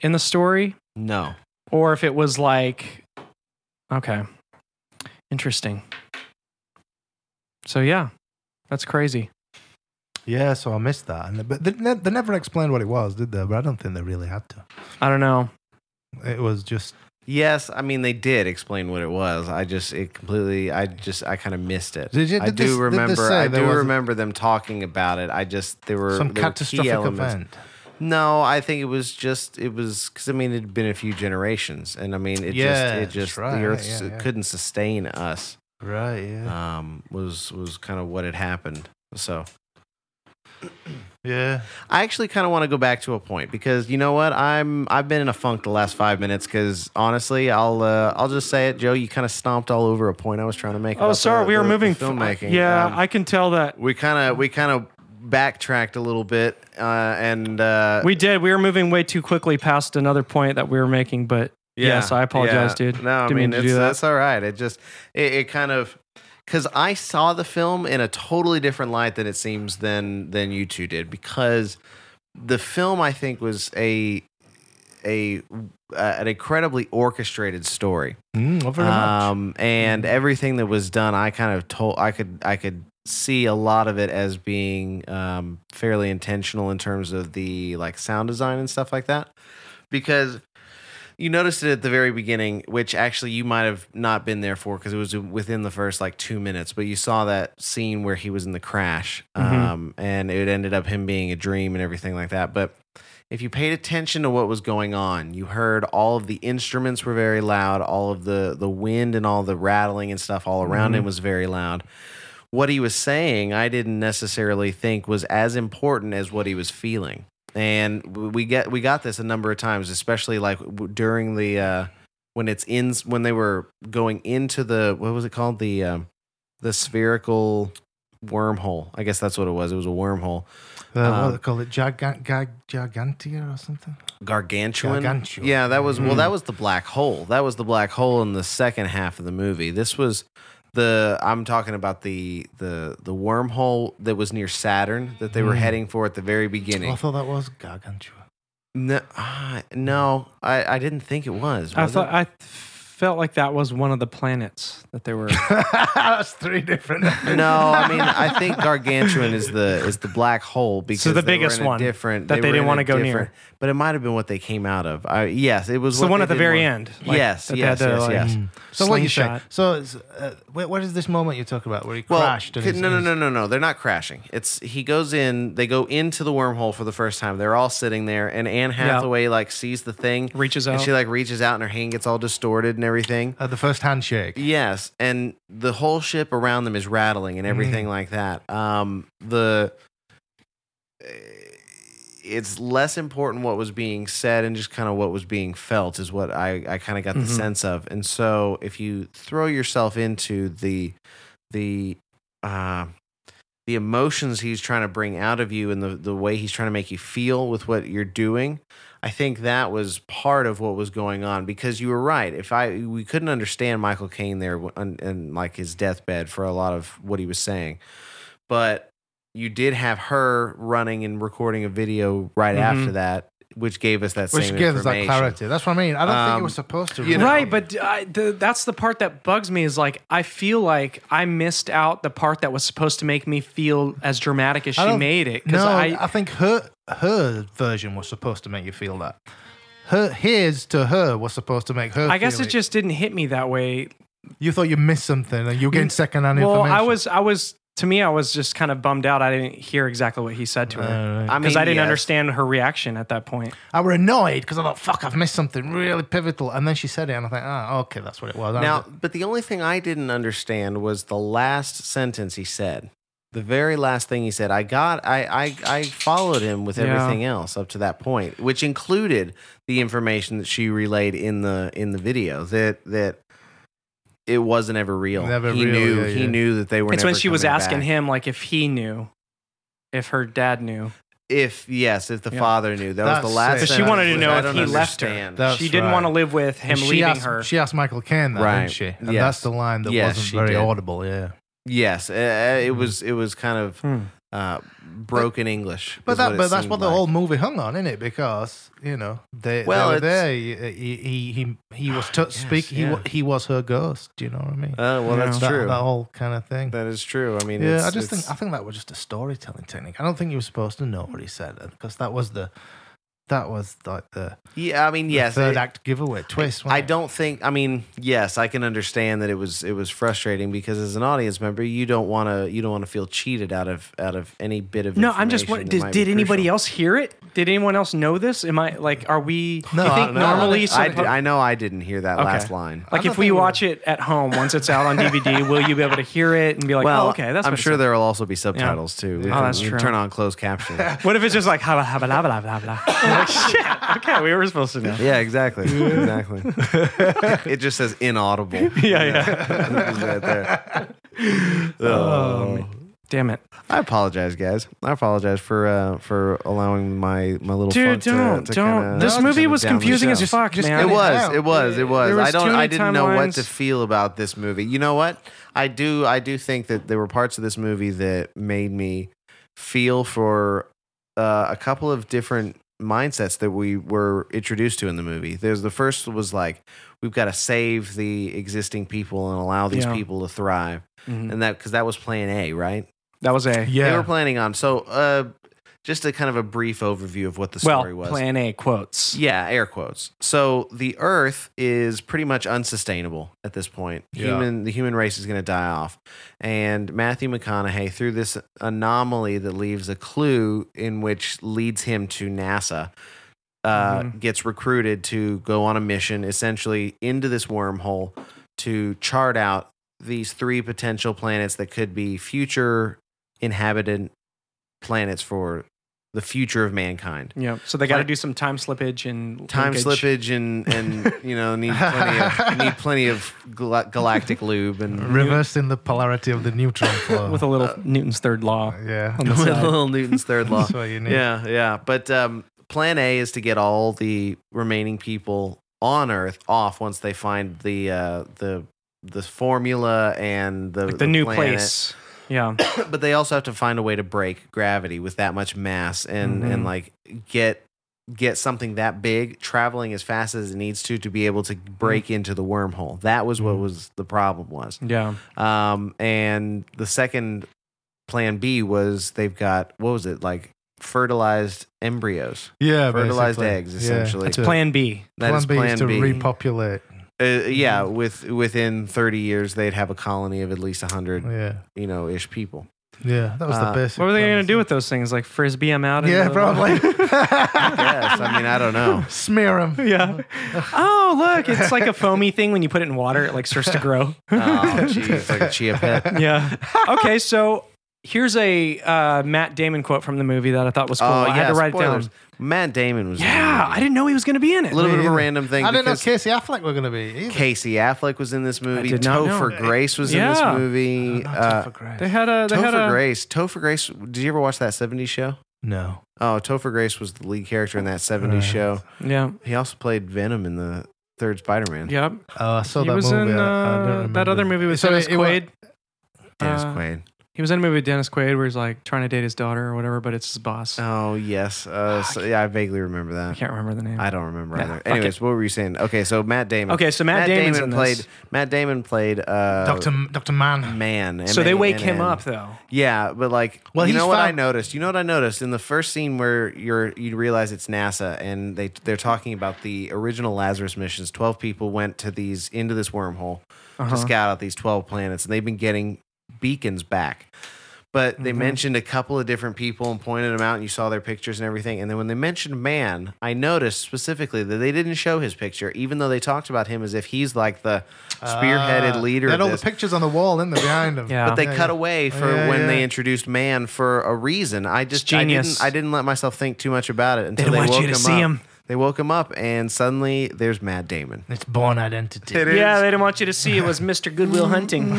D: in the story,
B: No.
D: or if it was like okay interesting so yeah that's crazy
C: Yeah, so I missed that. And but they, ne- they never explained what it was, did they? But I don't think they really had to.
D: i don't know
C: It was just
B: Yes, I mean they did explain what it was. I just it completely. I just I kind of missed it.
C: Did you-
B: I
C: did
B: do
C: this- did this
B: remember.
C: say
B: I
C: there
B: do
C: was a-
B: remember them talking about it. I just there were
C: some
B: there were key
C: catastrophic
B: elements.
C: event.
B: No, I think it was just it was because I mean it had been a few generations, and I mean it
C: Yeah,
B: just it
C: that's
B: just
C: right,
B: the Earth
C: yeah,
B: s-
C: yeah.
B: couldn't sustain us.
C: Right, yeah.
B: Um, was was kind of what had happened. So
C: yeah.
B: I actually kind of want to go back to a point because you know what I'm I've been in a funk the last five minutes because honestly I'll uh, I'll just say it Joe you kind of stomped all over a point I was trying to make.
D: oh
B: about
D: sorry
B: the-
D: we were
B: the- the
D: moving
B: filmmaking.
D: yeah
B: Um,
D: i can tell that
B: we kind of we kind of backtracked a little bit uh, and uh,
D: we did we were moving way too quickly past another point that we were making but yes i apologize
B: yeah.
D: dude
B: No, I
D: Didn't
B: mean,
D: mean to
B: it's,
D: do that
B: that's all right. It just it, it kind of because I saw the film in a totally different light than it seems than than you two did because the film I think was a a uh, an incredibly orchestrated story
C: Mm, not very much.
B: um, and everything that was done, I kind of told I could I could see a lot of it as being um, fairly intentional in terms of the like sound design and stuff like that, because you noticed it at the very beginning, which actually you might have not been there for because it was within the first like two minutes, but you saw that scene where he was in the crash, um, and it ended up him being a dream and everything like that, but if you paid attention to what was going on, you heard all of the instruments were very loud, all of the the wind and all the rattling and stuff all around him was very loud. What he was saying, I didn't necessarily think was as important as what he was feeling. And w- we get we got this a number of times, especially like w- during the uh, when it's in when they were going into the what was it called the um, the spherical wormhole. I guess that's what it was. It was a wormhole.
C: The, Uh, what
B: Um,
C: do they call it? Gigant, gig, gigantia or something?
B: gargantuan.
C: Gargantuan.
B: Yeah, that was well,
D: Mm.
B: that was the black hole. That was the black hole in the second half of the movie. This was the I'm talking about the the the wormhole that was near Saturn that they were
D: Mm.
B: heading for at the very
C: Oh, I
B: beginning.
C: thought that was gargantua.
B: No, ah, no, I I didn't think it was.
D: I
B: was
D: thought
B: it?
D: I felt like that was one of the planets that they were.
C: That's three different.
B: no, I mean I think gargantuan is the is the black hole because
D: the
B: they were in
D: biggest
B: a
D: one
B: different
D: that they
B: were
D: didn't
B: in a
D: wanna go near.
B: different- But it might have been what they came out of. I, yes, it was
D: It's the
B: what
D: one
B: they
D: at the
B: didn't
D: very
B: want-
D: end. like,
B: yes,
D: that they had
B: yes,
D: to,
B: yes,
D: like-
B: yes.
C: Mm. So what you say?
D: Slingshot.
C: So it's, uh, where, where is this moment you're talking about where he crashed? and
B: c-
C: he's-
B: no, no,
C: he's-
B: no, no, no. They're not crashing. It's he goes in. They go into the wormhole for the first time. They're all sitting there, and Anne Hathaway like sees the thing,
D: Reaches
B: and
D: out.
B: she like reaches out, and her hand gets all distorted and everything.
C: Uh, the first handshake.
B: Yes, and the whole ship around them is rattling and everything like that. Um, the eh, it's less important what was being said and just kind of what was being felt is what I I kind of got the sense of. And so if you throw yourself into the the uh, the emotions he's trying to bring out of you and the, the way he's trying to make you feel with what you're doing i think that was part of what was going on because you were right if i we couldn't understand michael caine there and, and like his deathbed for a lot of what he was saying but you did have her running and recording a video right
D: Mhm.
B: after that which gave us that
C: Mm-hmm. Which
B: same
C: gives us that
B: information.
C: clarity. That's what I mean. I don't think
B: Um,
C: it was supposed to.
B: you know-
D: Right, but I, the, that's the part that bugs me is like I feel like I missed out the part that was supposed to make me feel as dramatic as
C: I
D: she
C: don't-
D: made it.
C: No, I,
D: I,
C: think her her version was supposed to make you feel that. Her his to her was supposed to make her.
D: I guess
C: feel
D: it just didn't hit me that way.
C: you thought you missed something and you gained second hand
D: Well,
C: information.
D: I was, I was, to me, I was just kind of bummed out. I didn't hear exactly what he said to her
C: Uh,
B: I
D: because I, didn't
B: yes.
D: understand her reaction at that point.
C: I were annoyed because I thought, "Fuck, I've missed something really pivotal." And then she said it, and I think, "Ah, okay, that's what it was."
B: Now, but the only thing I didn't understand was the last sentence he said. The very last thing he said. I got I I, I followed him with
D: Yeah.
B: everything else up to that point, which included the information that she relayed in the in the video that that it wasn't ever real.
C: Never
B: he
C: real,
B: knew
C: yeah,
B: he
C: yeah.
B: knew that they were
D: It's when
B: never
D: she was
B: coming
D: asking
B: back.
D: him like if he knew, if her dad knew.
B: if yes, if the
D: Yeah.
B: father knew. That was
C: That's
B: the last
C: sick.
B: sentence.
C: So she wanted to
B: which
C: know
B: I
C: if
B: don't
C: he
D: left her.
B: understand.
C: That- That's
D: she didn't
C: right.
D: want to live with him
C: And she
D: leaving
C: asked,
D: her.
C: She asked Michael Caine that,
B: Right.
C: didn't she? And
B: Yes.
C: that's the line that
B: Yes, she
C: wasn't very
B: did.
C: audible. Yeah,
B: yes, uh, uh, it was it was kind of
D: Hmm.
B: uh, broken English.
C: but
B: is
C: that,
B: it
C: but that's
B: seemed
C: what the
B: like.
C: whole movie hung on, isn't it? Because you know they,
B: Well,
C: they were
B: it's- Ah,
C: there. He he he, he was t-
B: Yes,
C: speak. He wa-
B: yeah.
C: he was her ghost. Do you know what I mean?
B: Oh well,
D: Yeah.
B: that's
C: that,
B: true.
C: That whole kind of thing.
B: That is true. I mean,
C: yeah,
B: it's,
C: I just think
B: it's-
C: I think that was just a storytelling technique. I don't think you were supposed to know what he said because that was the that was like the,
B: yeah, I mean,
C: the
B: yes,
C: third
B: it-
C: act giveaway twist.
B: I
C: wasn't it?
B: don't think. I mean, yes, I can understand that it was it was frustrating because as an audience member, you don't want to you don't want to feel cheated out of out of any bit of.
D: No, I'm just
B: information
D: wondering.
B: that
D: Did,
B: might be
D: did anybody
B: crucial.
D: else hear it? Did anyone else know this? Am I like, are we?
C: No,
D: you
C: I
D: think
C: don't know.
D: normally,
B: I,
D: some-
B: did- I know I didn't hear that
D: Okay. Oh,
B: last line.
D: like
C: don't
D: if we
C: think-
D: watch it at home once it's out on DVD, will you be able to hear it and be like,
B: well,
D: oh, okay, that's
B: I'm
D: what it
B: sure
D: said.
B: there will also be subtitles too. We
D: Oh,
B: can-
D: that's
B: we can
D: true.
B: Turn on closed captioning.
D: What if it's just like, "Habla, habla, habla, habla, habla." I'm like, shit, okay, we were supposed to know.
B: yeah, exactly, exactly. it just says inaudible.
D: Yeah, yeah.
B: right there. Oh.
D: Damn it,
B: I apologize, guys. I apologize for uh, for allowing my my little
D: dude!
B: funk to-
D: Don't,
B: to
D: don't.
B: kinda-
D: this
B: to
D: movie
B: kinda
D: was
B: down the
D: confusing as
B: show.
D: fuck,
C: Just
D: man.
B: It
C: cut
B: was,
C: out.
B: it was, it was.
D: There was
B: I don't, I
D: too many
B: didn't know what
D: timelines.
B: to feel about this movie. You know what? I do, I do think that there were parts of this movie that made me feel for uh, a couple of different mindsets that we were introduced to in the movie. There's the first was like, we've got to save the existing people and allow these
D: Yeah.
B: people to thrive,
D: Mhm.
B: and that because that was Plan A, right?
D: That was a
B: They were
C: Yeah,
B: planning on. So, uh, just a kind of a brief overview of what the
D: well,
B: story was.
D: Plan A quotes.
B: yeah, air quotes. So the Earth is pretty much unsustainable at this point.
C: Yeah.
B: Human, the human race is going to die off, and Matthew McConaughey through this anomaly that leaves a clue in which leads him to NASA. Uh, Gets recruited to go on a mission, essentially into this wormhole, to chart out these three potential planets that could be future inhabited planets for the the future of mankind.
D: Yeah. So they got to
B: Like-
D: do some time slippage and
B: Time
D: linkage.
B: slippage and and you know need plenty of need plenty of gla- galactic lube and
C: Reversing the polarity of the neutron flow. Uh,
D: with a
B: Uh,
D: little Newton's third law.
C: yeah.
D: on the
B: with
D: side.
B: little Newton's third law.
C: That's what you need.
B: Yeah, yeah. But um, plan A is to get all the remaining people on Earth off once they find the uh, the the formula and the
D: Like the new
B: planet.
D: place. Yeah.
B: But they also have to find a way to break gravity with that much mass and
D: Mhm.
C: Mm-hmm.
B: and like get get something that big traveling as fast as it needs to to be able to
C: Mm-hmm.
B: break into the wormhole. That was what was the problem was.
D: Yeah.
B: Um, and the second plan B was they've got what was it like fertilized embryos,
C: Yeah,
B: fertilized
C: basically.
B: eggs
C: Yeah.
B: essentially.
D: That's
C: to-
D: plan B.
B: That is
C: plan B is to Mm-hmm.
B: B.
C: repopulate.
B: Uh, yeah, with within thirty years they'd have a colony of at least hundred,
C: Yeah,
B: you know, ish people.
C: yeah. That was
B: Uh,
C: the basic.
D: What were they
C: plan.
D: going to do with those things? Like frisbee them out? in
C: Yeah,
D: the-
C: probably.
B: Yes, I mean I don't know.
C: Smear them.
D: yeah. Oh, look, it's like a foamy thing when you put it in water, it like starts to grow.
B: Oh, geez, like a chia pet.
D: yeah. Okay, so here's a uh, Matt Damon quote from the movie that I thought was cool.
B: Oh
D: I
B: yeah,
D: had to write
B: spoilers.
D: it down.
B: Matt Damon was. in the
D: Yeah,
B: movie.
D: I didn't know he was going to be in it.
B: A little bit of a
C: either.
B: random thing.
C: I didn't know
B: because-
C: Casey Affleck were going to be. Either.
B: Casey Affleck was in this movie.
D: did not know.
B: Topher Grace was
D: Yeah.
B: in this movie.
C: Not
B: Uh,
C: Topher Grace.
D: they had a they had
B: Topher
D: a
B: Grace. Topher Grace. Did you ever watch that '70s show?
C: no.
B: Oh, Topher Grace was the lead character in that '70s
C: Right.
B: show.
D: yeah
B: He also played Venom in the third Spider-Man.
D: yep.
C: Oh, I saw
D: He
C: that
D: was
C: movie.
D: in
C: I- I don't
D: uh, that
C: remember.
D: other movie with
C: So
D: Dennis
C: it- it wa-
D: Quaid.
B: Dennis
D: Uh,
B: Quaid.
D: He was in a movie with Dennis Quaid where he's like trying to date his daughter or whatever, but it's his boss.
B: Oh yes. Uh, so, yeah, I vaguely remember
D: I
B: that.
D: Ah, can't remember the name.
B: I don't remember
D: Yeah,
B: either.
D: fuck
B: Anyways, what were you saying? Okay, so Matt Damon.
D: Okay, so Matt Damon's in
B: played.
D: this.
B: Matt Damon played uh,
C: Doctor Doctor Man.
B: Man.
D: so they wake
B: M-A-N-N.
D: him up though.
B: Yeah, but like,
C: Well,
B: you
C: he's
B: know what I
C: found-
B: noticed? You know what I noticed in the first scene where you're you realize it's NASA and they they're talking about the original Lazarus missions. Twelve people went to these into this wormhole
C: Uh-huh.
B: to scout out these twelve planets, and they've been getting beacons back. But
C: Mm-hmm.
B: they mentioned a couple of different people and pointed them out, and you saw their pictures and everything. And then when they mentioned man, I noticed specifically that they didn't show his picture, even though they talked about him as if he's like the spearheaded
C: Ah,
B: leader.
C: They
B: of
C: had all
B: this
C: the pictures on the wall, in there behind them?
D: Yeah.
B: but they
C: Yeah,
B: cut
C: yeah.
B: away for
C: Yeah,
B: when
C: yeah.
B: they introduced man for a reason. I just
D: It's genius.
B: I didn't I didn't let myself think too much about it until
D: didn't
B: they
D: want you
B: woke
D: to
B: him
D: see
B: up.
D: him.
B: They woke him up and suddenly there's Matt Damon.
C: It's born identity.
D: Yeah, they didn't want you to see it was Mr. Goodwill Hunting.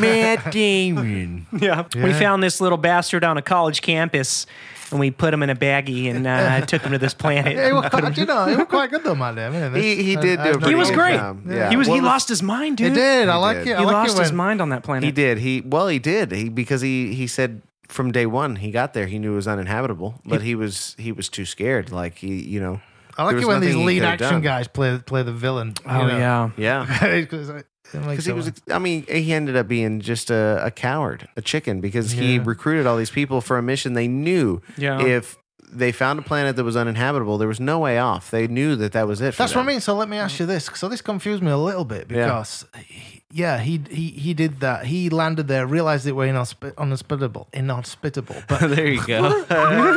B: Matt Damon.
D: yeah. we
C: Yeah.
D: found this little bastard on a college campus, and we put him in a baggie and uh, took him to this planet.
C: Yeah, he was quite, you know, he was quite good though, my damn. isn't
B: he he
C: I-
B: did
C: I
B: do. A
C: have no
B: pretty
D: He was
B: good
C: idea.
D: great.
B: job. Yeah.
D: He was.
B: Well,
D: he lost his mind,
C: uh, He
D: dude.
C: did. I like
B: did.
C: it. I
D: He
C: like
D: lost
C: it
D: his
C: when-
D: mind on that planet.
B: He did. He well he did. He because he he said from day one he got there he knew it was uninhabitable but he was he was too scared like he you know
C: I like
B: there
C: it
B: was
C: when these
B: nothing he
C: lead
B: could've
C: action
B: done.
C: guys play play the villain. you
D: Oh
C: know.
D: yeah.
B: yeah
C: 'Cause I- it makes
B: Because he
C: it
B: was,
C: work.
B: I mean, he ended up being just a, a coward, a chicken, because he
C: Yeah.
B: recruited all these people for a mission they knew
D: Yeah.
B: if they found a planet that was uninhabitable, there was no way off. They knew that that was it. For
C: That's what I
B: them.
C: mean. So let me ask you this. So this confused me a little bit
B: Yeah.
C: because, he- yeah, he he he did that. He landed there, realized it were inhospi- inhospitable, inhospitable, but
B: there you go.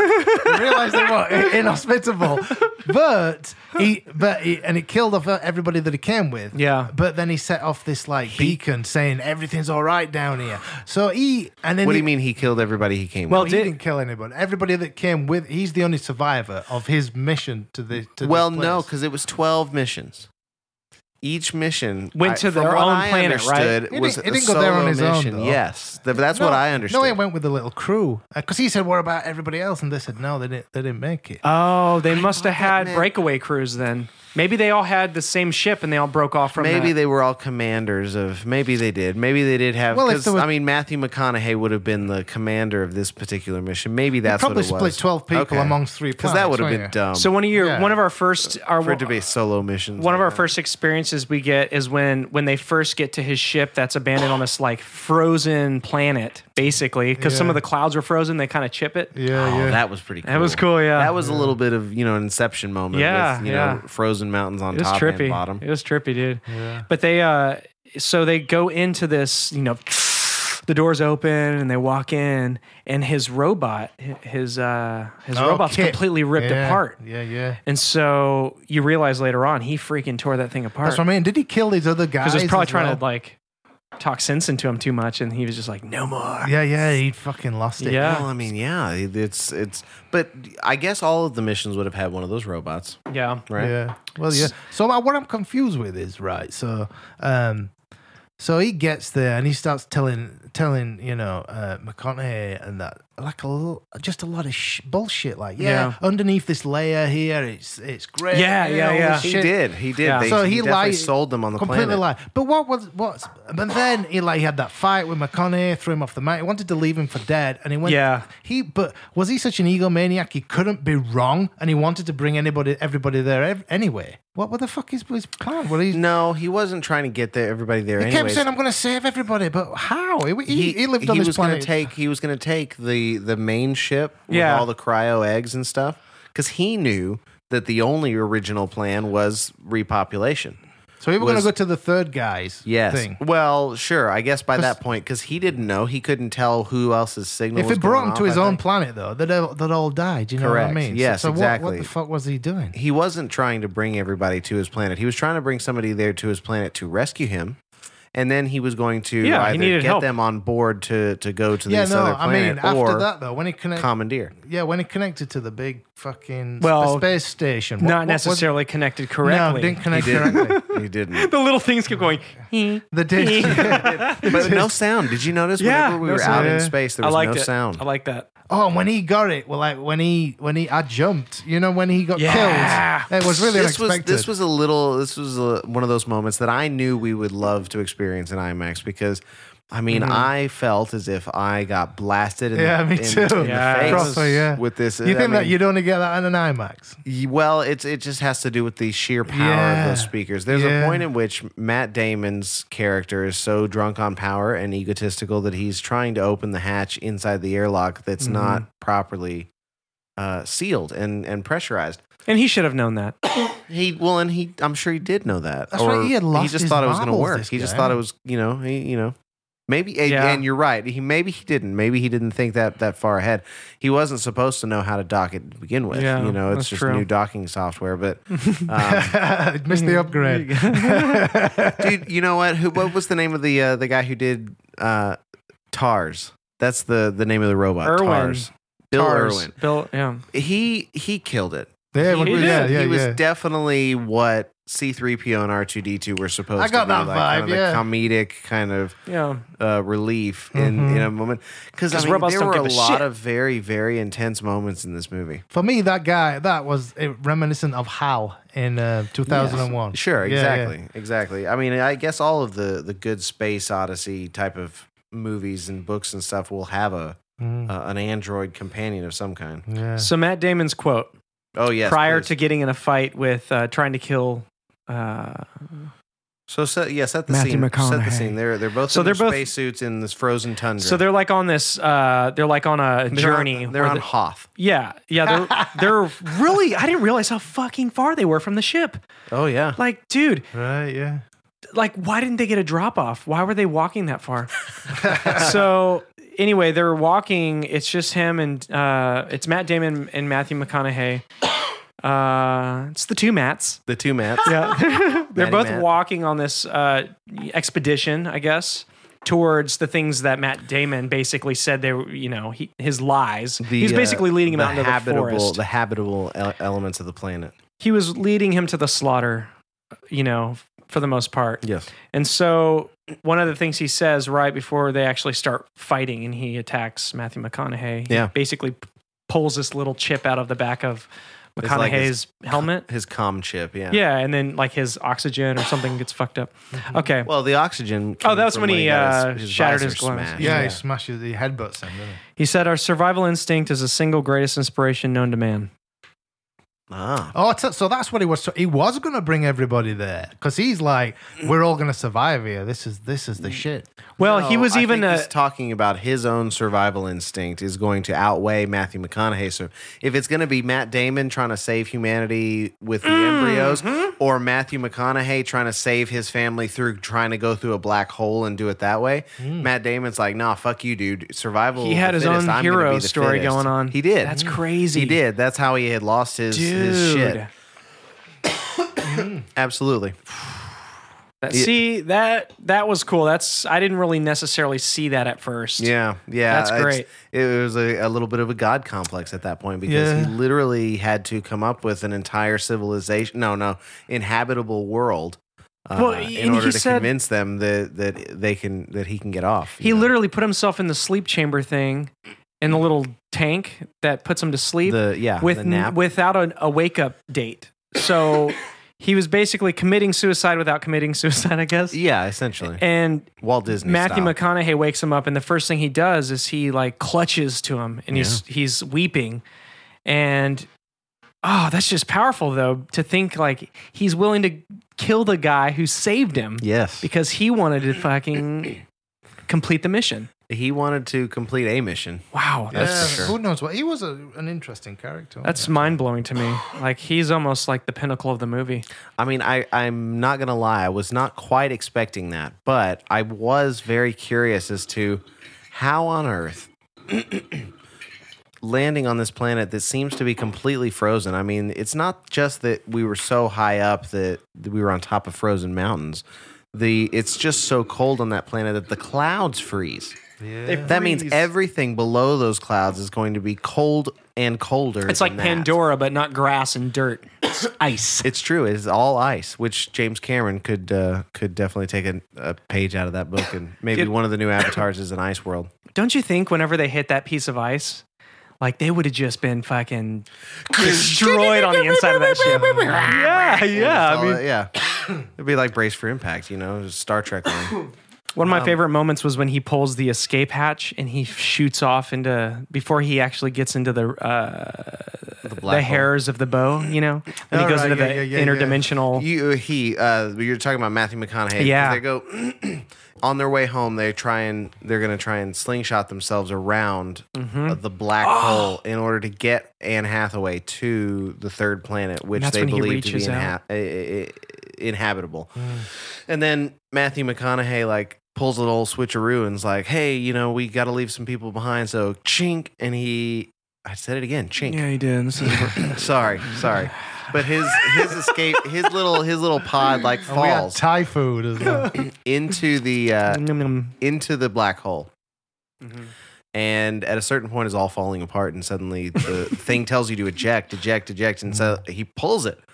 C: realized they were in- inhospitable. But he, but he, and it killed off everybody that he came with.
D: Yeah.
C: But then he set off this like beacon saying everything's all right down here. So he and then
B: what do
C: he,
B: you mean he killed everybody he came
D: Well,
B: with?
C: He didn't kill anybody. Everybody that came with, he's the only survivor of his mission to the. To
B: Well,
C: this
B: no,
C: place.
B: because it was 12 missions. Each mission
D: Went to
B: from
D: their
B: what
D: own
B: I
D: planet, right?
B: understood,
C: He
B: Was
C: didn't-
B: a
C: he didn't go there on
B: solo
C: his own,
B: mission.
C: though.
B: Yes, Th- that's what
C: No,
B: I understood.
C: No, he went with the little crew because he said, "What about everybody else?" And they said, "No, they didn't. They didn't make
B: Uh,
C: it."
D: Oh, they must have
B: thought that
D: had
B: meant-
D: breakaway crews then. Maybe they all had the same ship and they all broke off from
B: Maybe
D: that.
B: they were all commanders of. Maybe they did. Maybe they did have.
C: Well, if
B: 'cause,
C: there was-
B: I mean, Matthew McConaughey would have been the commander of this particular mission. Maybe that's
C: probably
B: what it
C: split
B: was.
C: 12 people amongst three
B: Because that would have been
C: planets,
B: dumb.
D: So one of your
C: Yeah.
D: one of our first our
B: for it to be solo missions.
D: one of
B: like
D: our
B: that.
D: first experiences we get is when when they first get to his ship that's abandoned on this like frozen planet basically because some
C: Yeah.
D: of the clouds are frozen they kind of chip it
C: Yeah,
B: Oh,
C: yeah.
B: that was pretty. cool.
D: That was cool, yeah.
B: That was a little bit of you know an Inception moment.
D: Yeah,
B: with, you
D: yeah.
B: know frozen mountains on
D: it was
B: top
D: trippy
B: and bottom.
D: it was trippy dude but they uh so they go into this you know the doors open and they walk in and his robot his uh his
C: Oh,
D: robot's
C: Kit.
D: completely ripped
C: Yeah,
D: apart
C: Yeah, yeah.
D: and so you realize later on he freaking tore that thing apart
C: That's what I mean. Did he kill these other guys?
D: because it's probably
C: as
D: trying
C: well?
D: to like talk sense into him too much, and he was just like, no more.
C: Yeah, yeah, he fucking lost it.
D: Yeah.
B: Well, I mean, yeah, it- it's it's, but I guess all of the missions would have had one of those robots,
D: Yeah.
B: right?
C: Yeah. Well, yeah. So uh, what I'm confused with is right. So, um, so he gets there and he starts telling telling you know uh, McConaughey and that like a l- just a lot of sh- bullshit. Like yeah,
D: Yeah.
C: underneath this layer here, it's it's great.
D: Yeah,
C: you
D: yeah,
C: know, all
D: yeah.
C: this
B: He
C: shit.
B: did. He did.
D: Yeah.
B: They,
C: So
B: he,
C: he
B: definitely
C: lied-
B: sold them on the
C: completely
B: planet.
C: lied. But what was what's But then he like he had that fight with McConaughey, threw him off the mat. He wanted to leave him for dead, and he went.
D: Yeah.
C: He but was he such an egomaniac? He couldn't be wrong, and he wanted to bring anybody, everybody there ev- anyway. What, what the fuck is his plan? What he,
B: No, he wasn't trying to get there, everybody there.
C: he kept
B: anyways.
C: saying, "I'm going to save everybody," but how? He, he, he lived on
B: he
C: this
B: was
C: planet.
B: Gonna take, he was going to take the the main ship with
D: Yeah.
B: all the cryo eggs and stuff because he knew that the only original plan was repopulation.
C: so we were going
B: was-
C: to go to the third guy's
B: Yes.
C: thing.
B: Well, sure. I guess by
C: 'Cause-
B: that point, because he didn't know, he couldn't tell who else's signal.
C: If
B: was
C: it brought
B: going
C: him to
B: off,
C: his
B: I
C: own
B: think.
C: planet, though, they'd all, they'd all die. Do you know
B: Correct.
C: what I mean?
B: Yes,
C: so, so What,
B: exactly.
C: what the fuck was he doing?
B: he wasn't trying to bring everybody to his planet. He was trying to bring somebody there to his planet to rescue him. And then he was going to
D: Yeah, he
B: either
D: needed
B: get
D: help.
B: them on board to, to go to
C: Yeah,
B: this
C: no,
B: other
C: I mean
B: planet
C: after
B: or
C: that though, when he connected,
B: commandeer.
C: yeah, when it connected to the big fucking sp-
D: Well,
C: space station, what- what
D: Not
C: was-
D: necessarily connected
C: No,
D: correctly.
C: didn't
B: He
C: connect correctly.
B: didn't. he didn't.
D: the little things keep going. "Eh."
C: The disc.
B: But no sound. Did you notice?
D: Yeah,
B: Whenever we
D: no
B: were out
D: sound.
B: in
C: Yeah.
B: space, there
D: I
B: was
D: liked
B: no
D: it.
B: sound.
D: I like that.
C: oh, and when he got it, well, like when he when he I jumped, you know, when he got
D: Yeah.
C: killed, it was really
B: this was
C: unexpected.
B: this was a little this was a, one of those moments that I knew we would love to experience in IMAX because I mean I felt as if I got blasted in
C: Mm-hmm. Yeah,
B: the,
C: me
B: in,
C: too.
B: in
D: Yeah.
B: the face
C: Proper, yeah.
B: with this
C: you think
B: I mean,
C: that you'd only get that on an IMAX?
B: Y- Well, it's it just has to do with the sheer power of
C: Yeah.
B: those speakers. There's a
C: Yeah.
B: point in which Matt Damon's character is so drunk on power and egotistical that he's trying to open the hatch inside the airlock that's
C: Mm-hmm.
B: not properly uh, sealed and and pressurized.
D: And he should have known that.
B: He well, and he I'm sure he did know that.
C: That's right, he had lost
B: just
C: his
B: thought it was gonna
C: marbles,
B: work.
C: this
B: He just
C: guy.
B: thought it was you know he you know. Maybe and-
D: Yeah.
B: and you're right. He maybe he didn't. Maybe he didn't think that that far ahead. He wasn't supposed to know how to dock it to begin with.
D: Yeah,
B: you know, it's
D: that's
B: just
D: true.
B: new docking software. But um,
C: Missed the upgrade.
B: dude. You know what? Who? What was the name of the uh, the guy who did uh, Tars? That's the the name of the robot.
D: Irwin.
B: Tars. Bill
D: Cars.
B: Irwin.
D: Bill, yeah.
B: He he killed it.
C: Yeah, when
D: He
C: we-
D: did.
C: yeah, yeah,
B: he was
C: yeah.
B: definitely what C3PO and R2D2 were supposed
C: I
B: to
C: got
B: be.
C: that
B: like, kind
C: vibe,
B: of the
C: yeah.
B: comedic kind of
D: Yeah.
B: uh, relief in,
C: Mm-hmm.
B: in a moment. Because I
D: 'Cause
B: mean,
D: robots
B: there
D: don't
B: were a
D: give a
B: lot
D: shit.
B: of very, very intense moments in this movie.
C: For me, that guy, that was uh, reminiscent of Hal in uh, 2001.
B: Sure,
C: Yeah, yeah.
B: exactly, exactly. I mean, I guess all of the the good space odyssey type of movies and books and stuff will have a
D: Mm.
B: uh, an android companion of some kind.
C: Mm, Yeah.
D: So Matt Damon's quote
B: Oh yes.
D: prior
B: please.
D: to getting in a fight with uh, trying to kill. Uh,
B: so, set yeah, set the
D: Matthew
B: scene. Set the
D: McConaughey.
B: scene. They're they're both
D: So
B: in their
D: they're both-
B: spacesuits in this frozen tundra.
D: so they're like on this. Uh, they're like on a
B: They're on-
D: journey.
B: They're
D: where
B: on
D: the-
B: Hoth.
D: yeah, yeah. They're they're really. I didn't realize how fucking far they were from the ship.
B: Oh yeah.
D: Like, dude,
C: Right, yeah.
D: like why didn't they get a drop off? Why were they walking that far? so anyway, they're walking. It's just him and uh, it's Matt Damon and Matthew McConaughey. Uh, it's the two Matts.
B: The two mats.
D: Yeah, they're
B: Matty
D: both
B: Matt.
D: walking on this uh, expedition, I guess, towards the things that Matt Damon basically said they were. You know, he, his lies.
B: The,
D: He's basically
B: uh,
D: leading him
B: the
D: out into the
B: habitable,
D: forest.
B: The habitable ele- elements of the planet.
D: he was leading him to the slaughter. You know, for the most part.
B: Yes.
D: And so one of the things he says right before they actually start fighting and he attacks Matthew McConaughey, he
B: Yeah.
D: basically p- pulls this little chip out of the back of
B: It's like his-
D: McConaughey's helmet.
B: His com chip. Yeah.
D: Yeah, and then like his oxygen or something gets fucked up. Okay.
B: Well, the oxygen.
D: Oh, that was
B: came
D: when
B: from
D: he,
B: got
D: uh, shattered
B: visor
D: his glass.
B: smashed.
C: Yeah,
D: Yeah.
C: he smashes, he headbutts him, doesn't he?
D: he said our survival instinct is the single greatest inspiration known to man.
B: Ah.
C: Oh, t- so that's what he was. So he was going to bring everybody there because he's like, we're all going to survive here. This is this is the
B: Mm.
C: shit.
D: Well, he
B: No,
D: was
B: I
D: even
B: think
D: a
B: he's talking about his own survival instinct is going to outweigh Matthew McConaughey. So if it's going to be Matt Damon trying to save humanity with the
D: Mm-hmm.
B: embryos, or Matthew McConaughey trying to save his family through trying to go through a black hole and do it that way, Matt Damon's like, "Nah, fuck you, dude. Survival."
D: Mm. He had
B: of the
D: his own
B: fittest. I'm gonna
D: hero
B: be the
D: story
B: fittest."
D: going on.
B: He did.
D: That's crazy.
B: He did. That's how he had lost his, his
D: dude.
B: shit. Absolutely.
D: That, See that that was cool. That's I didn't really necessarily see that at first.
B: Yeah, yeah,
D: That's
B: it's-
D: great.
B: It was a, a little bit of a god complex at that point because he
C: Yeah.
B: literally had to come up with an entire civilization. No, no, inhabitable world. Uh,
D: Well, and he
B: in order to
D: said-
B: convince them that that they can that he can get off.
D: He
B: you know?
D: literally put himself in the sleep chamber thing, in the little tank that puts him to sleep
B: the yeah
D: with
B: the
D: n-
B: nap.
D: without an, a wake up date. So he was basically committing suicide without committing suicide, I guess.
B: yeah, essentially
D: And
B: Walt Disney.
D: Matthew
B: style.
D: McConaughey wakes him up, and the first thing he does is he like clutches to him, and he's he's weeping, and oh, that's just powerful though to think like he's willing to kill the guy who saved him
B: Yes,
D: because he wanted to fucking complete the mission.
B: he wanted to complete a mission.
D: Wow,
B: That's
D: that's
B: for sure.
C: Um, Who knows what? He was a, an interesting character. wasn't
D: that's
C: he?
D: mind blowing to me. Like he's almost like the pinnacle of the movie.
B: I mean, I, I'm not going to lie. I was not quite expecting that, but I was very curious as to how on earth landing on this planet that seems to be completely frozen. I mean, it's not just that we were so high up that that we were on top of frozen mountains. The it's just so cold on that planet that the clouds freeze. That means everything below those clouds is going to be cold and colder.
D: It's like
B: than that.
D: Pandora, but not grass and dirt. It's ice.
B: It's true. It's all ice, which James Cameron could uh, could definitely take a, a page out of that book, and maybe
D: Dude.
B: one of the new avatars is an ice world.
D: Don't you think whenever they hit that piece of ice, like they would have just been fucking destroyed on the inside of that ship? Yeah, yeah. I
B: All
D: mean,
B: that- yeah, it'd be like Brace for Impact, you know, Star Trek. Line.
D: one of my favorite moments was when he pulls the escape hatch and he shoots off into before he actually gets into the uh,
B: The,
D: the
B: black hole.
D: hairs of the bow. You know, and he
C: Oh,
D: goes
C: right,
D: into
C: yeah,
D: the
C: yeah, yeah, yeah.
D: interdimensional.
B: You he uh, you're talking about Matthew McConaughey.
D: Yeah.
B: they go on their way home. They try and they're gonna try and slingshot themselves around
D: Mm-hmm.
B: uh, the black hole in order to get Anne Hathaway to the third planet, which
D: that's
B: they
D: when he
B: believe to be
D: reaches
B: inha-
D: out. Mm.
B: uh, inhabitable. And then Matthew McConaughey like pulls an old switcheroo and's like, "Hey, you know, we got to leave some people behind." So chink, and he, I said it again, chink
D: he did. This is
B: sorry, sorry. But his his escape, his little his little pod like
C: And we had
B: falls
C: Thai food as well.
B: into the uh,
D: Mm-hmm.
B: into the black hole, Mm-hmm. and at a certain point, is all falling apart, and suddenly the thing tells you to eject, eject, eject, and so he pulls it.
D: Mm.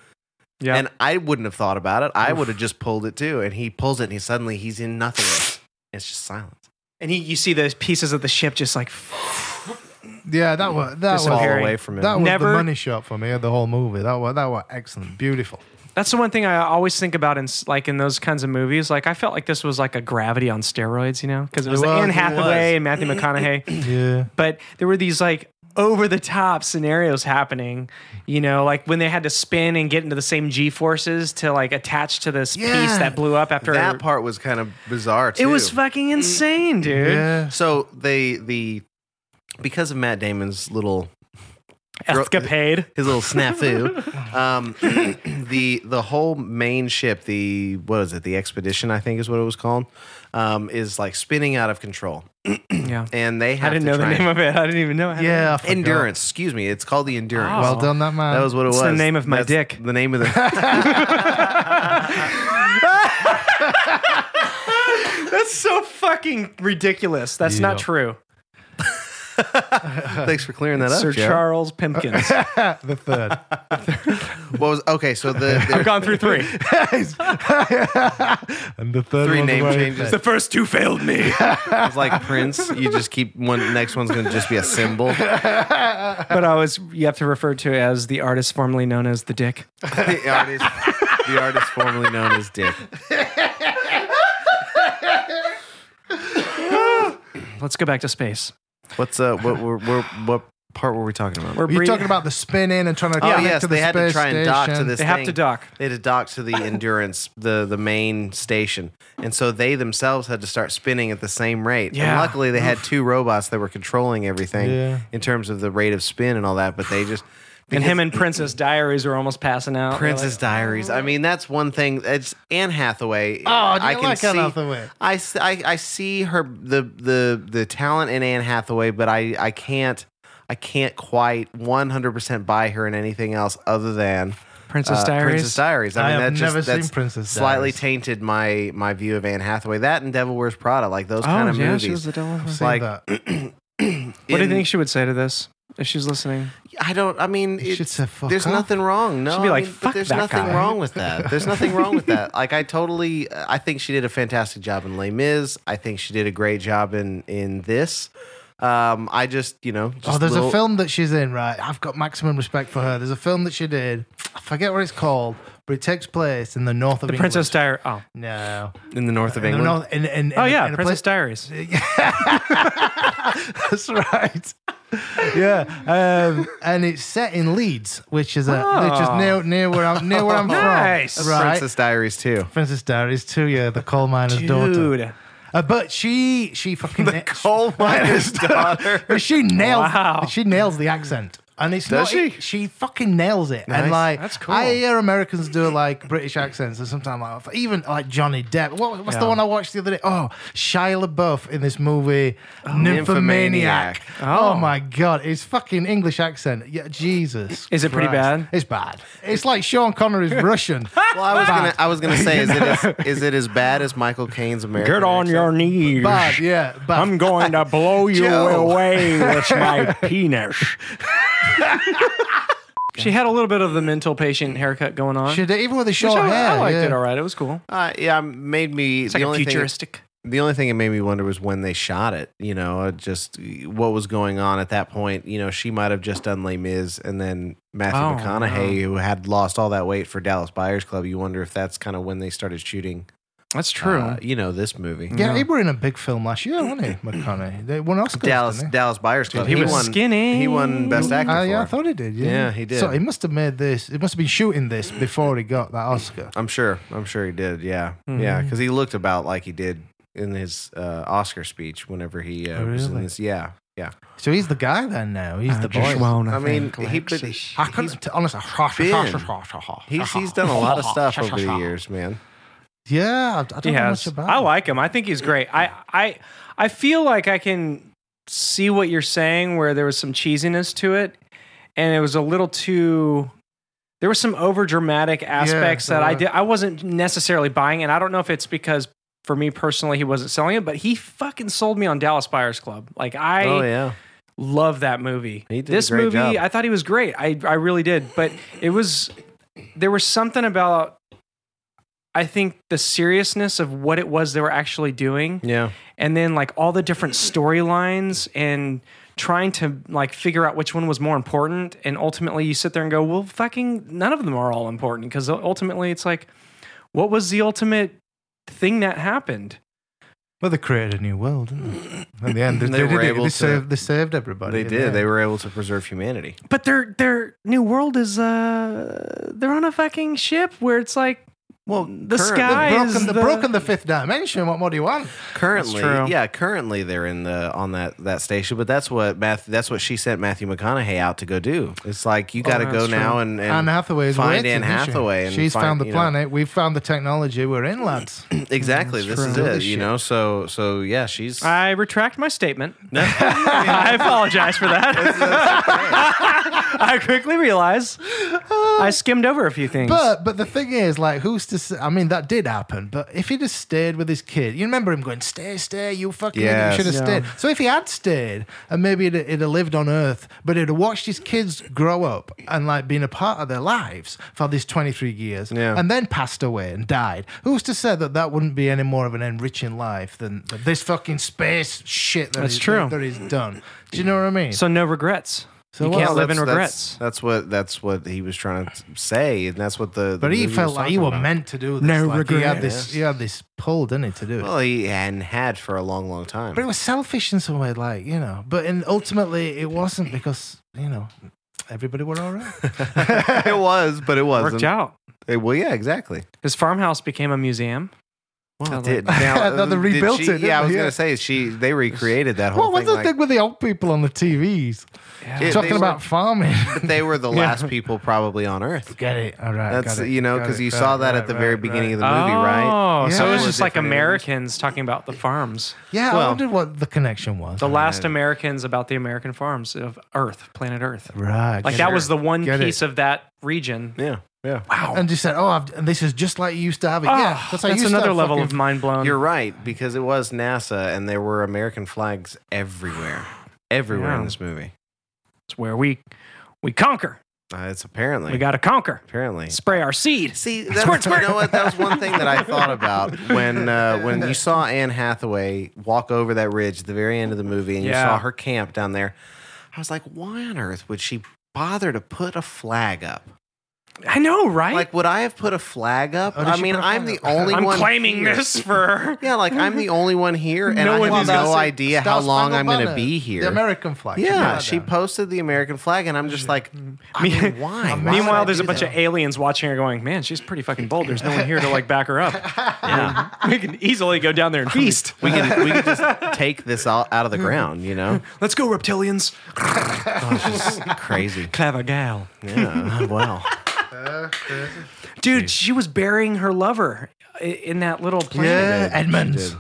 D: Yeah.
B: And I wouldn't have thought about it. I would have just pulled it too, and he pulls it, and he suddenly he's in nothingness. It's just silence.
D: And he, you see those pieces of the ship just like
C: Yeah, that was that was
B: Fall
D: Disappearing.
B: away from him.
C: that was
D: Never-
C: the money shot for me. of The whole movie. That was that was excellent, beautiful.
D: That's the one thing I always think about in s- like in those kinds of movies. Like I felt like this was like a Gravity on steroids, you know, because it was,
C: It
D: like
C: was,
D: Anne
C: it
D: Hathaway
C: was.
D: and Matthew McConaughey,
C: Yeah,
D: but there were these like over the top scenarios happening, you know, like when they had to spin and get into the same G forces to like attach to this piece
B: Yeah.
D: that blew up after
B: That part was kind of bizarre too.
D: It was fucking insane, dude.
C: yeah.
B: so they the because of Matt Damon's little
D: Escapade.
B: his little snafu. um, the the whole main ship, the what is it? The expedition, I think, is what it was called, um, is like spinning out of control,
D: Yeah.
B: and they
D: I
B: have
D: didn't
B: to
D: know the
B: try
D: name
B: and-
D: of it. I didn't even know. it had a
C: Yeah, I
D: name.
C: forgot.
B: endurance. Excuse me, it's called the endurance.
D: Oh.
C: Well done, that man.
B: That was what it
D: It's
B: was.
D: the name of my
B: That's
D: dick.
B: The name of the.
D: That's so fucking ridiculous. That's not
C: Yeah.
D: true.
B: Thanks for clearing that up,
D: Sir
B: Joe.
D: Charles Pimpkins.
C: the third.
B: What was okay? So the, the
D: I've gone through three.
C: and the third
B: three
C: one
B: name
C: was-
B: changes.
D: The first two failed me.
B: It's like Prince. You just keep one. Next one's gonna just be a symbol.
D: but I was you have to refer to it as the artist formerly known as the Dick.
B: the artist, the artist formerly known as Dick.
D: Let's go back to space.
B: What's uh? What were, were what part were we talking about?
D: We're
C: You're
D: breathing-
C: talking about the spinning and trying to
B: Oh
C: connect
B: yes,
C: to the
B: they had to
C: space
B: try and dock to
C: station.
B: this.
D: They have
B: thing.
D: to dock.
B: They had to dock to the endurance, the the main station, and so they themselves had to start spinning at the same rate. And
D: Yeah.
B: luckily, they had two robots that were controlling everything
C: Yeah.
B: in terms of the rate of spin and all that. But they just
D: and him and Princess Diaries were almost passing out. They're
B: Princess Diaries. I mean, that's one thing. It's Anne Hathaway.
C: Oh, do you
B: I can
C: like
B: see,
C: Anne Hathaway?
B: I, s- I- I see her the the the talent in Anne Hathaway, but I I can't I can't quite one hundred percent buy her in anything else other than
D: Princess
B: uh,
D: Diaries.
B: Princess Diaries. I,
C: I
B: mean,
C: have
B: that
C: never
B: just,
C: seen
B: that's
C: Princess
B: Slightly
C: Diaries.
B: tainted my my view of Anne Hathaway. That and Devil Wears Prada, like those
D: oh
B: kind of
D: yeah,
B: movies.
D: she was the devil. What
C: Seen
B: like,
C: that.
D: do you
B: in-
D: think she would say to this if she's listening?
B: I don't. I mean,
C: You should
B: it's-
C: say, "Fuck
B: there's
C: off."
B: nothing wrong. No,
D: She'd be
B: I
D: like,
B: mean, but
D: "Fuck
B: there's
D: that
B: nothing
D: guy."
B: wrong with that. There's nothing wrong with that. Like, I totally. I think she did a fantastic job in Les Mis. I think she did a great job in in this. Um, I just, you know, just
C: oh, there's
B: little-
C: a film that she's in, right? I've got maximum respect for her. There's a film that she did. I forget what it's called, but it takes place in the north of
D: The
C: England.
D: Princess Diaries. Oh,
C: No.
B: in the north of
C: In the
B: England.
C: north- in- in- in-
D: oh yeah,
C: in a
D: Princess
C: place-
D: Diaries.
C: That's right. yeah, um, and it's set in Leeds, which is a
D: Oh.
C: which is near near where I'm near where I'm
D: Nice.
C: from. Right.
B: Princess Diaries too.
C: Princess Diaries too, yeah, the coal miner's daughter.
D: Dude.
C: Uh, but she she fucking
B: The
C: na-
B: coal miner's daughter.
C: But she nails
D: Wow.
C: she nails the accent. And it's
B: Does
C: not,
B: she?
C: She fucking nails it.
B: Nice.
C: And like,
D: That's cool.
C: I hear Americans do like British accents, and sometimes like even like Johnny Depp. What, what's the
D: Yeah.
C: one I watched the other day? Oh, Shia LaBeouf in this movie, Nymphomaniac.
B: Oh. Nymphomaniac.
C: Oh.
D: Oh.
C: my god, his fucking English accent. Yeah, Jesus.
D: Is it pretty
C: Christ.
D: bad?
C: It's bad. It's like Sean Connery's Russian.
B: Well, I was gonna, I was gonna say, is it as, is it as bad as Michael Caine's American?
G: Get on
B: accent?
G: your knees.
C: Bad, yeah. Bad.
G: I'm going to blow you
B: Joe.
G: away with my penis.
D: She had a little bit of the mental patient haircut going on.
C: She did, even with the
D: Which
C: short
D: I,
C: hair.
D: I liked
C: yeah.
D: it all right. It was cool.
B: Uh, yeah, made me
D: It's
B: the
D: like a
B: only thing.
D: futuristic.
B: The only thing it made me wonder was when they shot it. You know, uh, just what was going on at that point. You know, she might have just done Les Mis, and then Matthew
D: Oh,
B: McConaughey, who had lost all that weight for Dallas Buyers Club. You wonder if that's kind of when they started shooting.
D: That's true.
B: uh, you know, this movie.
C: Yeah, he were in a big film last year, wasn't he, McConaughey? They won Oscars.
B: Dallas
C: didn't
B: Dallas Buyers Club.
D: he was
B: won,
D: skinny. Mm-hmm.
B: He won Best
C: he?
B: Actor.
C: Uh,
B: for
C: yeah, I
B: it.
C: thought he did. Yeah.
B: Yeah, he did.
C: So he must have made this. He must have been shooting this before he got that Oscar.
B: I'm sure. I'm sure he did. Yeah, yeah,
D: Mm-hmm.
B: because he looked about like he did in his uh, Oscar speech whenever he uh, was in
C: Really?
B: this. Yeah, yeah.
C: So he's the guy then now. He's the boy.
B: I mean, he, but he-
C: I couldn't t- honestly.
B: been- he's he's done a lot of stuff over the years, man.
C: Yeah, I, I
D: he
C: don't know much
D: has.
C: about.
D: I
C: him.
D: like him. I think he's great. I, I, I feel like I can see what you're saying, where there was some cheesiness to it, and it was a little too. There were some over dramatic aspects
C: there
D: that I
C: were.
D: did. I wasn't necessarily buying, and I don't know if it's because for me personally he wasn't selling it, but he fucking sold me on Dallas Buyers Club. Like I,
B: oh yeah,
D: love that movie.
B: He did a
D: this
B: great
D: movie,
B: job.
D: I thought he was great. I I really did, but it was there was something about I think the seriousness of what it was they were actually doing
B: yeah.
D: and then like all the different storylines and trying to like figure out which one was more important and ultimately you sit there and go well fucking none of them are all important because ultimately it's like what was the ultimate thing that happened
C: Well, they created a new world, didn't they? In the end, they,
B: They
C: they
B: were
C: did it.
B: able to-
C: They saved, they saved everybody.
B: They
C: in
B: did.
C: the
B: They
C: end.
B: were able to preserve humanity.
D: but their their new world is uh they're on a fucking ship where it's like well the
B: current-
D: sky
C: They've
D: is
C: broken,
D: the,
C: they've broken the fifth dimension. What more do you want?
B: Currently,
D: true.
B: yeah, currently they're in the on that that station, but that's what Math, that's what she sent Matthew McConaughey out to go do. It's like you got to
D: that's
B: go
D: true.
B: now and, and
C: Anne Hathaway is
B: find
C: waiting,
B: Anne
C: isn't she?
B: Hathaway. And
C: She's
B: find,
C: found the
B: you know,
C: planet. We've found the technology. We're in, lads.
B: Exactly. This is
C: true.
B: it.
C: Holy
B: You
C: shit.
B: know. So so yeah, she's.
D: I retract my statement. I apologize for that. I quickly realize I skimmed over a few things.
C: But but the thing is, like, who's to? Say, I mean, that did happen. But if he'd have stayed with his kid, you remember him going, "Stay, stay, you fucking idiot,
B: Yes.
C: you should have
D: Yeah.
C: stayed." So if he had stayed, and maybe he'd, he'd have lived on Earth, but he'd have watched his kids grow up and like been a part of their lives for these twenty three years,
B: Yeah.
C: and then passed away and died. Who's to say that that wouldn't be any more of an enriching life than, than this fucking space shit that
D: That's
C: he's-
D: true.
C: that he's done? Do you know what I mean?
D: so no regrets.
C: So
D: you
C: what-
D: can't
B: Well,
D: live in
B: that's- that's-
D: regrets.
B: That's, what that's what he was trying to say, and that's what the. the
C: But he
B: movie
C: felt
B: was
C: like
B: talking
C: he were
B: about.
C: meant to do this.
D: No
C: like, He had
D: regrets.
C: this, he had this pull, didn't he, to do it?
B: Well, he and had for a long, long time.
C: but it was selfish in some way, like you know. But in, ultimately, it wasn't because you know everybody were all right.
B: it was, but it wasn't.
D: Worked out.
B: Eh, well, yeah, exactly.
D: His farmhouse became a museum.
B: Well,
D: like-
B: did, now,
C: No, they
B: did
C: rebuilt
B: she-
C: it, didn't
B: Yeah, I
C: they?
B: was
C: Yeah.
B: gonna say she they recreated that whole
C: what was
B: thing.
C: the
B: like-
C: thing with the old people on the TVs
D: Yeah.
B: Yeah,
C: talking
B: they
C: about
B: were-
C: farming?
B: but they were the last people probably on Earth.
C: Get it? All right.
B: That's
C: got it,
B: you know
C: got
B: because
C: it,
B: you
C: got
B: saw
C: it,
B: that
C: right,
B: at the
C: right,
B: very
C: right.
B: beginning of the movie, right?
D: Oh, so it was
C: Yeah.
D: just like
B: Different interviews.
D: Americans talking about the farms.
C: Yeah, I
B: Well-
C: wondered what the connection was.
D: The last Americans about the American farms of Earth, planet Earth.
C: right.
D: Like
C: get
D: that
C: it.
D: was the one
C: Get it.
D: piece of that region.
B: Yeah, Yeah.
C: Wow. And just said, oh, I've, and this is just like you used to have it. yeah.
D: Ah,
C: That's,
D: that's,
C: how you used to
D: another
C: have
D: level of
C: fucking-
D: mind blown.
B: You're right because it was NASA and there were American flags everywhere, everywhere in
D: Yeah.
B: this movie.
D: It's where we we conquer.
B: Uh, it's apparently
D: We got to conquer.
B: apparently
D: Spray our seed.
B: See,
D: Squirt,
B: that's, you
D: squirt.
B: know what? That was one thing that I thought about when uh, when you saw Anne Hathaway walk over that ridge at the very end of the movie, and
D: Yeah.
B: you saw her camp down there. I was like, why on earth would she bother to put a flag up?
D: I know, right?
B: Like, would I have put a flag up?
C: Oh, did
B: I
C: she
B: mean,
C: put a
B: I'm the
C: flag up?
B: only
D: I'm
B: one.
D: claiming
B: here.
D: this for
B: Yeah, like I'm the only one here, and
D: No
B: I
D: one
B: have
D: is
B: no
C: That's it.
B: idea how long
C: Star-Spangled
B: I'm going to
C: Banner.
B: be here.
C: The American flag.
B: yeah,
C: put that
B: she
C: down.
B: posted the American flag, and I'm just like, I
D: Me-
B: mean, why? Why would I
D: Meanwhile, there's a
B: do
D: bunch
B: that?
D: of aliens watching her going, man, she's pretty fucking bold. There's no one here to like back her up.
B: Yeah.
D: We can easily go down there and feast.
B: We can we can just take this all out of the ground, you know?
D: Let's go, reptilians. Oh,
B: It's just crazy.
D: Clever gal.
B: Yeah. Wow.
D: Dude, she was burying her lover i- in that little planet.
C: Yeah, Edmonds.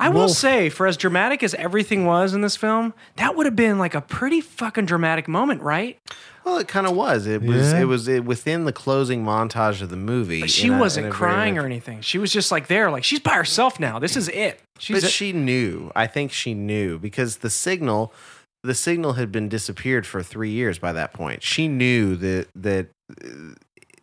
D: I will say, for as dramatic as everything was in this film, that would have been like a pretty fucking dramatic moment, right?
B: Well, it kind of was. It was.
C: Yeah.
B: It was it, within the closing montage of the movie.
D: But she
B: in a- in
D: wasn't
B: a very-
D: crying or anything. She was just like there, like she's by herself now. This is it. She's
B: But she knew. I think she knew because the signal, the signal had been disappeared for three years by that point. She knew that that uh,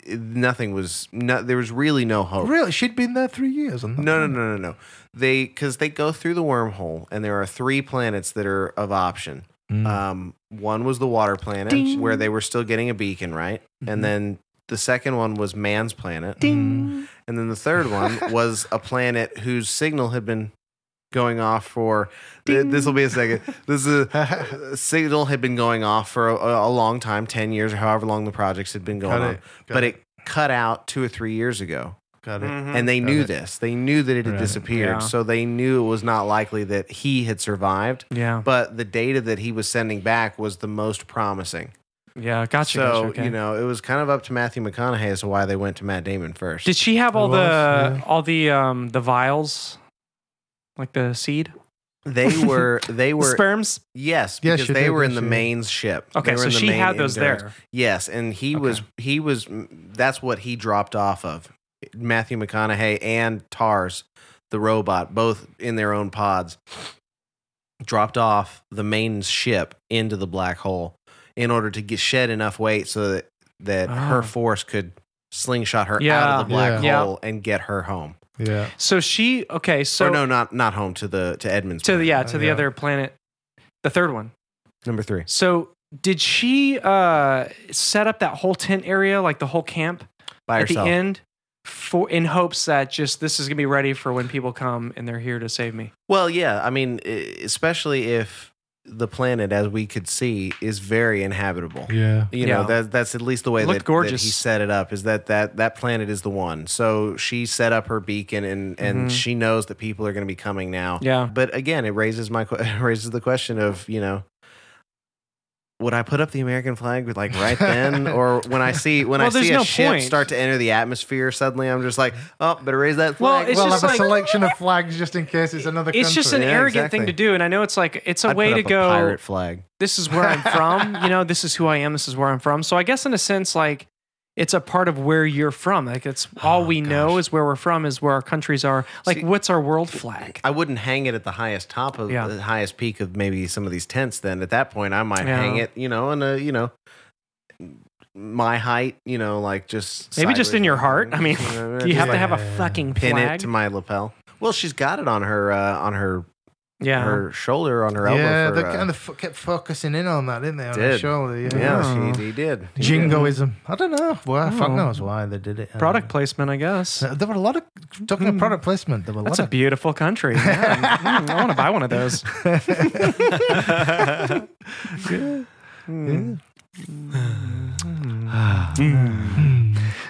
B: nothing was. No, there was really no hope.
C: Oh, Really? She'd been there three years. And
B: No, no, no, no, no. They because they go through the wormhole, and there are three planets that are of option.
C: Mm.
B: Um, one was the water planet where they were still getting a beacon, right? And then the second one was man's planet, and then the third one was a planet whose signal had been going off for. This will be a second. This is a, signal had been going off for a, a long time, ten years or however long the projects had been going
C: Got
B: on,
C: it. Got
B: but
C: it.
B: it cut out two or three years ago
C: Got it.
B: and they
C: Got
B: knew
C: it.
B: this. They knew that it had
C: Right.
B: disappeared,
D: Yeah.
B: so they knew it was not likely that he had survived.
D: yeah,
B: But the data that he was sending back was the most promising.
D: yeah, gotcha.
B: so
D: gotcha, okay.
B: you know, it was kind of up to Matthew McConaughey as to why they went to Matt Damon first.
D: Did she have all
C: Who
D: the
C: else? Yeah.
D: all the um the vials, like the seed,
B: they were they
D: the
B: were
D: sperms?
B: yes
C: Yeah,
B: because
C: she
B: they
C: did,
B: were
C: yeah,
B: in the
C: she did.
B: main ship.
D: Okay,
B: They were
D: so
B: in the
D: she
B: main
D: had those
B: endurance.
D: there.
B: Yes, and he
D: Okay.
B: was he was that's what he dropped off of. Matthew McConaughey and Tars, the robot, both in their own pods, dropped off the main ship into the black hole in order to get shed enough weight so that, that
D: Oh.
B: her force could slingshot her out
D: Yeah.
B: of the black
D: Yeah.
B: hole and get her home.
C: Yeah.
D: So she okay. So
B: or no, uh, not not home to the to Edmonds.
D: to the yeah to
C: Oh,
D: the
C: yeah.
D: other planet, the third one.
B: number three.
D: So did she uh set up that whole tent area, like the whole camp,
B: By
D: at
B: herself.
D: the end, for in hopes that just this is gonna be ready for when people come and they're here to save me?
B: Well, yeah. I mean, e- especially if the planet, as we could see, is very inhabitable.
C: Yeah.
B: You
D: Yeah.
B: know, that, that's at least the way
D: Looked
B: that, that
D: gorgeous.
B: he set it up is that, that that planet is the one. So she set up her beacon and, and
D: Mhm.
B: she knows that people are going to be coming now.
D: Yeah.
B: But again, it raises my que- it raises the question of, you know, would I put up the American flag with like right then, or when I see when
D: Well,
B: I
D: there's
B: see a
D: no
B: ship
D: point.
B: start to enter the atmosphere? Suddenly, I'm just like, oh, better raise that
D: Well,
B: flag.
D: it's
C: We'll
D: just
C: have a
D: like-
C: selection of flags just in case it's another
D: It's just an
B: Yeah,
D: arrogant thing
B: exactly.
D: to do, and I know it's like it's a
B: I'd put
D: way to
B: up a
D: go.
B: pirate flag.
D: this is where I'm from. you know, this is who I am. This is where I'm from. So I guess in a sense, like it's a part of where you're from. Like it's all we know is where we're from, is where our countries are. Like,
B: Oh, See-
D: what's our world flag?
B: I wouldn't hang it at the highest top of
D: Yeah.
B: the highest peak of maybe some of these tents. Then at that point, I might
D: Yeah.
B: hang it, you know, in a you know my height, you know, like just
D: Maybe just
B: sideways.
D: in your heart. I mean,
B: You know,
D: you
B: just
D: have to
B: like
D: have a
C: yeah.
D: fucking
B: pin
D: flag.
B: it to my lapel. Well, she's got it on her uh, on her
D: yeah.
B: her shoulder on her elbow.
C: yeah,
B: for,
C: they
B: uh,
C: kind of f- kept focusing in on that, didn't they? On
B: Did.
C: the shoulder, yeah.
B: yeah,
D: Oh.
B: she, he did. He did.
C: Jingoism. I don't know. Well, fuck
D: Oh.
C: knows why they did it. I
D: Product
C: don't
D: placement, I guess.
C: know. There were a lot of talking of product placement. There were a
D: That's
C: lot
D: a
C: of
D: beautiful country. Yeah. Mm, I want to buy one of those.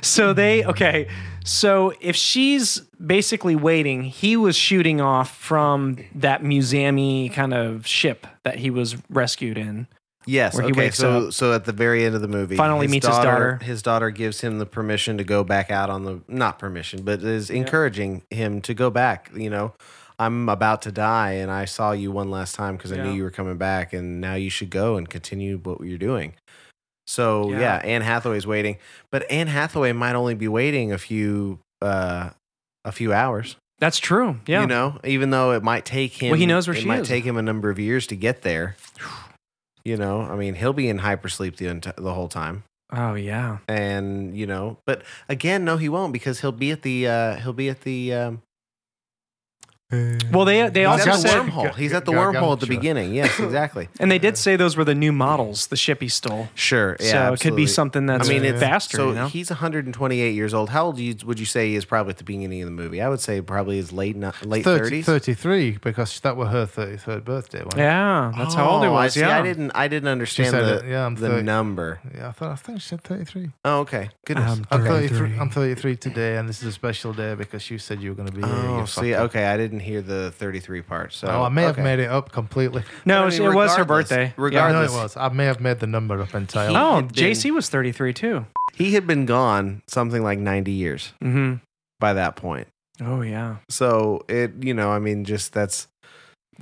D: So they okay. So if she's basically waiting, he was shooting off from that museumy kind of ship that he was rescued in.
B: Yes.
D: where he
B: okay.
D: wakes
B: So,
D: up.
B: so at the very end of the movie,
D: Finally meets his daughter.
B: His daughter gives him the permission to go back out on the not permission, but is encouraging him to go back. You know, I'm about to die, and I saw you one last time because I
D: Yeah.
B: knew you were coming back, and now you should go and continue what you're doing. So yeah.
D: Yeah.
B: Anne Hathaway's waiting, but Anne Hathaway might only be waiting a few uh, a few hours.
D: That's true. Yeah.
B: you know, even though it might take him.
D: Well, he knows where
B: it
D: she
B: might
D: is.
B: take him a number of years to get there. You know, I mean, he'll be in hypersleep the ent- the whole time,
D: oh yeah.
B: and you know, but again, no, he won't because he'll be at the uh, he'll be at the um,
D: Well, they they
B: he's
D: also
B: at the
D: said,
B: wormhole. He's at the
C: Gargantua.
B: wormhole at the beginning. Yes, exactly.
D: and they did say those were the new models the ship he stole.
B: Sure. Yeah.
D: so it could be
B: absolutely.
D: something that's
B: I mean, it's
D: faster.
B: So
D: you know?
B: he's 128 years old. How old do you, would you say he is probably at the beginning of the movie? I would say probably his late ni- late
C: 30,
B: 30s.
C: 33, because that were her 33rd birthday. Wasn't it?
D: yeah, that's how old he
B: Oh, I
D: was.
B: see.
D: yeah,
B: I didn't. I didn't understand
C: said
B: the,
C: it. Yeah, I'm
B: the
C: 30.
B: number.
C: Yeah, I thought I think she said 33.
B: Oh, okay. Goodness.
H: Um,
C: I'm 33.
H: 33.
C: I'm 33 today, and this is a special day because you said you were going to be here.
B: oh,
C: you
B: see.
C: fucker.
B: Okay, I didn't hear the 33 part. So
C: Oh, I may
B: okay.
C: have made it up completely.
D: No,
B: I
D: it was-
B: mean,
D: it was her
B: regardless-
D: birthday.
C: Yeah, I know it
B: Regardless,
C: was. I may have made the number up entirely.
B: He
D: Oh,
B: had been-
D: JC was 33 too.
B: he had been gone something like 90 years
D: Mm-hmm.
B: by that point.
D: Oh yeah.
B: So it, you know, I mean, just that's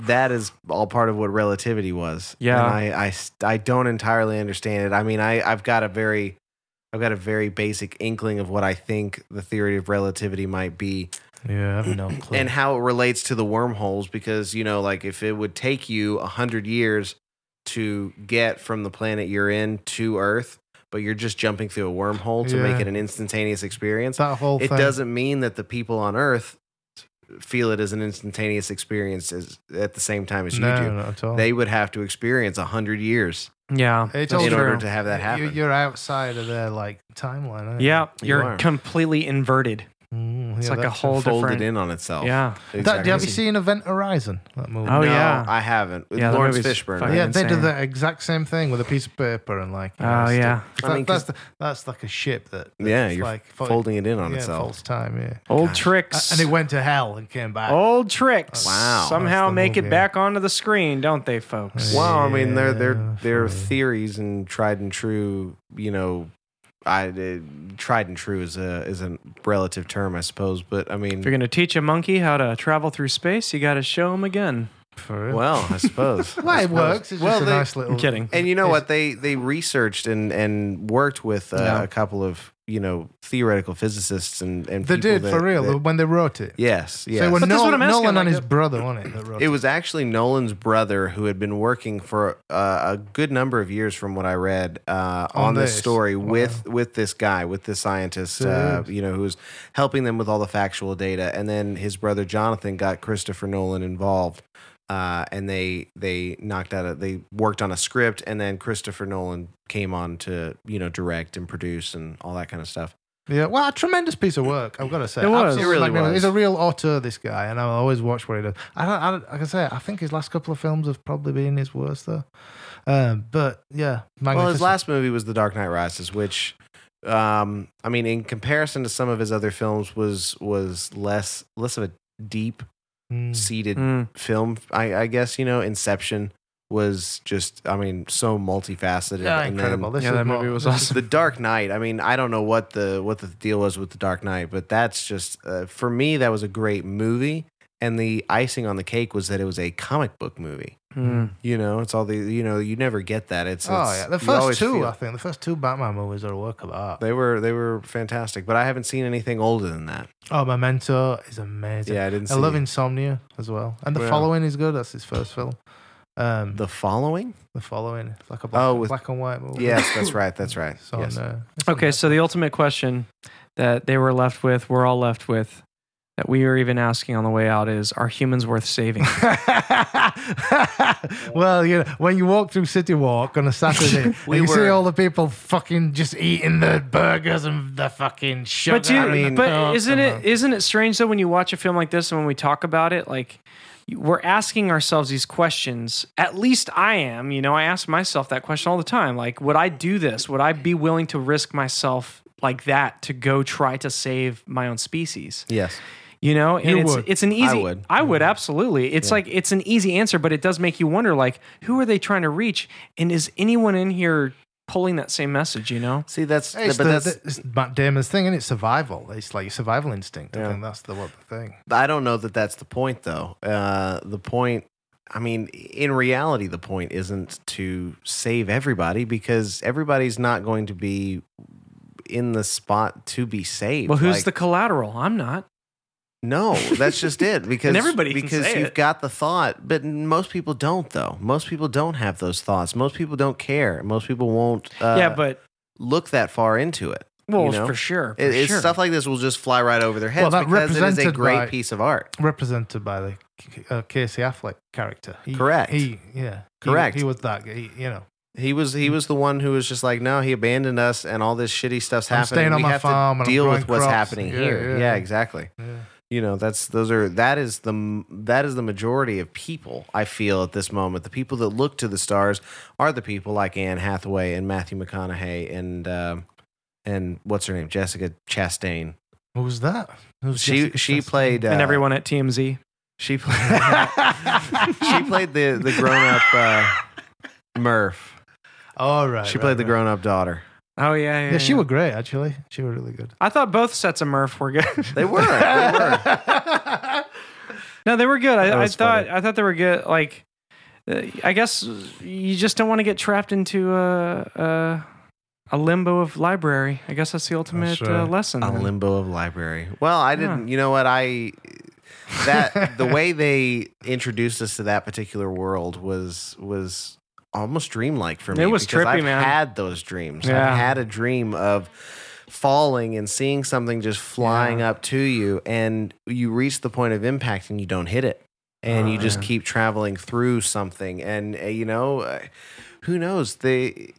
B: that is all part of what relativity was.
D: Yeah.
B: and I, I, st- I don't entirely understand it. I mean, I, I've got a very, I've got a very basic inkling of what I think the theory of relativity might be
C: Yeah, I have no clue.
B: and how it relates to the wormholes, because you know, like if it would take you a hundred years to get from the planet you're in to Earth, but you're just jumping through a wormhole to make
C: Yeah.
B: it an instantaneous experience
C: that whole
B: it
C: thing.
B: doesn't mean that the people on earth feel it as an instantaneous experience as, at the same time as
C: no,
B: you do
C: not at all.
B: they would have to experience 100 years
D: Yeah.
C: It's
D: that's
C: all
B: in
D: true.
B: order to have that happen
C: You, you're outside of their like timeline. Aren't
D: yeah,
B: You
D: you're
B: are.
D: completely inverted.
C: you? Mm,
D: It's
C: yeah,
D: like a
C: that's-
D: whole
B: folded
D: different.
B: in on itself
D: Yeah.
C: That,
B: Exactly.
C: have you seen Event Horizon? That movie.
D: Oh,
B: no,
D: yeah.
B: i haven't with
D: Yeah, that
B: lawrence
D: movie's
B: fishburne
D: fucking-
C: yeah, they did
D: insane.
C: the exact same thing with a piece of paper and like. you
D: Oh,
C: stick-
D: yeah.
C: That,
B: I mean, 'cause-
C: that's the, that's like a ship that.
B: yeah
C: that's
B: you're
C: like fo-
B: folding it in on
C: yeah,
B: itself
C: False time. Yeah.
D: Old
C: Uh,
D: tricks.
C: and it went to hell and came back.
D: Old tricks.
B: Wow.
D: Somehow
C: That's the
D: make it
C: movie.
D: back onto the screen, don't they, folks?
B: well i mean they're they're
C: Yeah,
B: they're
C: sure.
B: theories and tried and true you know i uh, tried and true is a is a relative term i suppose but i mean
D: If you're going to teach a monkey how to travel through space, you got to show him again.
C: For real.
B: well i suppose
C: Well, it works. It's
B: Well,
C: just a
B: they-
C: nice little.
D: I'm kidding.
B: And you know
C: Is-
B: what they they researched and and worked with uh,
C: Yeah.
B: a couple of you know theoretical physicists and and
C: They
B: people
C: did
B: that-
C: for real
B: that-
C: when they wrote it.
B: yes, yes.
C: So it was
D: But that's what
C: Nolan,
D: I'm asking,
C: Nolan
D: like,
C: and his
D: uh,
C: brother on it that wrote
B: it was actually Nolan's brother who had been working for uh, a good number of years, from what I read, uh, on,
C: On
B: this
C: this.
B: story
C: Wow.
B: with with this guy, with this scientist, uh,
C: Dude.
B: you know, who was helping them with all the factual data, and then his brother Jonathan got Christopher Nolan involved, uh, and they they knocked out a they worked on a script, and then Christopher Nolan came on to you know direct and produce and all that kind of stuff.
C: Yeah, well, a tremendous piece of work. I've got to say,
D: It was.
C: Absolutely
B: It really
C: magnificent.
B: was.
C: He's a real auteur, this guy, and I always watch what he does. I don't, I don't, like I say, I think his last couple of films have probably been his worst, though. Um, but yeah, magnificent.
B: Well, his last movie was The Dark Knight Rises, which, um, I mean, in comparison to some of his other films, was was less less of a deep
C: Mm.
B: seated
D: Mm.
B: film. I, I guess you know, Inception was just, I mean, so multifaceted.
C: yeah,
B: And
C: incredible.
B: then
C: This
D: Yeah,
C: is
D: that
C: more-
D: movie was
C: this
D: awesome.
B: The Dark Knight. I mean, I don't know what the what the deal was with The Dark Knight, but that's just uh, for me. That was a great movie, and the icing on the cake was that it was a comic book movie.
D: Mm.
B: You know, it's all the you know you never get that. It's,
C: Is, oh
B: it's-
C: yeah, the
B: you
C: first
B: always
C: two,
B: feel-
C: I think, the first two Batman movies are a work of art.
B: They were they were fantastic, but I haven't seen anything older than that.
C: Oh, Memento is amazing.
B: Yeah, I didn't.
C: I
B: See
C: love Insomnia as well, and the
B: Well.
C: following is good. That's his first film. Um, the,
B: the following.
C: following, it's like a black,
B: Oh, with-
C: black and white movie.
B: Yes, that's right. That's right.
C: It's on,
B: yes.
C: uh, it's on
D: Okay, so the ultimate question that they were left with, we're all left with, that we were even asking on the way out is are humans worth saving?
C: well, you know, when you walk through City Walk on a Saturday,
B: We
C: and you
B: were-
C: see all the people fucking just eating the burgers and the fucking sugar.
D: but do you,
C: and the
D: but
C: Coke
D: isn't
C: and
D: it
C: the-
D: isn't it strange though when you watch a film like this and when we talk about it like you- we're asking ourselves these questions at least i am you know i ask myself that question all the time like would i do this would i be willing to risk myself like that to go try to save my own species
B: Yes.
D: you know and
C: You
D: it's,
C: would.
D: it's an easy
B: would.
D: absolutely it's like it's an easy answer but it does make you wonder like who are they trying to reach and is anyone in here pulling that same message you know
B: See, that's
C: It's,
B: but
C: the-
B: that's
C: the- it's Matt Damon's thing, and it's survival. It's like survival instinct.
B: Yeah.
C: I think that's the what the thing.
B: I don't know that that's the point though. Uh, the point I mean, in reality, the point isn't to save everybody because everybody's not going to be in the spot to be saved.
D: Well, who's
B: Like,
D: the collateral? I'm not.
B: No, that's just it. Because
D: And everybody can
B: because
D: say
B: you've
D: it.
B: got the thought, but most people don't though. Most people don't have those thoughts. Most people don't care. Most people won't. Uh,
D: yeah, but
B: look that far into it.
D: well,
B: you know?
D: for sure, for
B: It- it's
D: sure.
B: stuff like this will just fly right over their heads
C: that
B: because it is a
C: represented
B: great
C: by-
B: piece of art.
C: represented by the uh, Casey Affleck character. He-
B: Correct.
C: He, yeah. He-
B: Correct.
C: He, was that. guy, He, you know,
B: He was
C: Mm.
B: he was the one who was just like, no, he abandoned us, and all this shitty stuff's
C: I'm
B: happening.
C: staying on
B: we
C: my
B: have
C: farm
B: to
C: and I'm
B: deal
C: growing
B: with what's
C: crops."
B: happening
C: Yeah,
B: here.
C: yeah,
B: Yeah,
C: yeah.
B: exactly.
C: yeah.
B: You know, that's those are that is the m- that is the majority of people. I feel at this moment, the people that look to the stars are the people like Anne Hathaway and Matthew McConaughey and um, and what's her name, Jessica Chastain.
C: Who's that? Who's
B: She
C: Jessica
B: she
C: Chastain?
B: played uh,
D: and everyone at TMZ.
B: She played she played the the grown up uh, Murph.
C: All Oh, right.
B: She
C: right,
B: played the
C: right.
B: grown up daughter.
D: Oh yeah, yeah.
C: Yeah, she were great actually. She were really good.
D: I thought both sets of Murph were good.
B: They were. They were.
D: No, they were good.
B: That
D: I, I
B: was
D: thought
B: funny.
D: I thought they were good. Like, uh, I guess you just don't want to get trapped into a a, a limbo of library. I guess that's the ultimate uh,
C: right.
D: lesson.
B: a
D: then.
B: limbo of library. Well, I didn't. You know what? I that the way they introduced us to that particular world was was almost dreamlike for me.
D: It was
B: because
D: trippy,
B: I've
D: man.
B: Had those dreams.
D: Yeah.
B: I've had a dream of falling and seeing something just flying up to you, and you reach the point of impact and you don't hit it, and you just keep traveling through something, and uh, you know. Uh, who knows the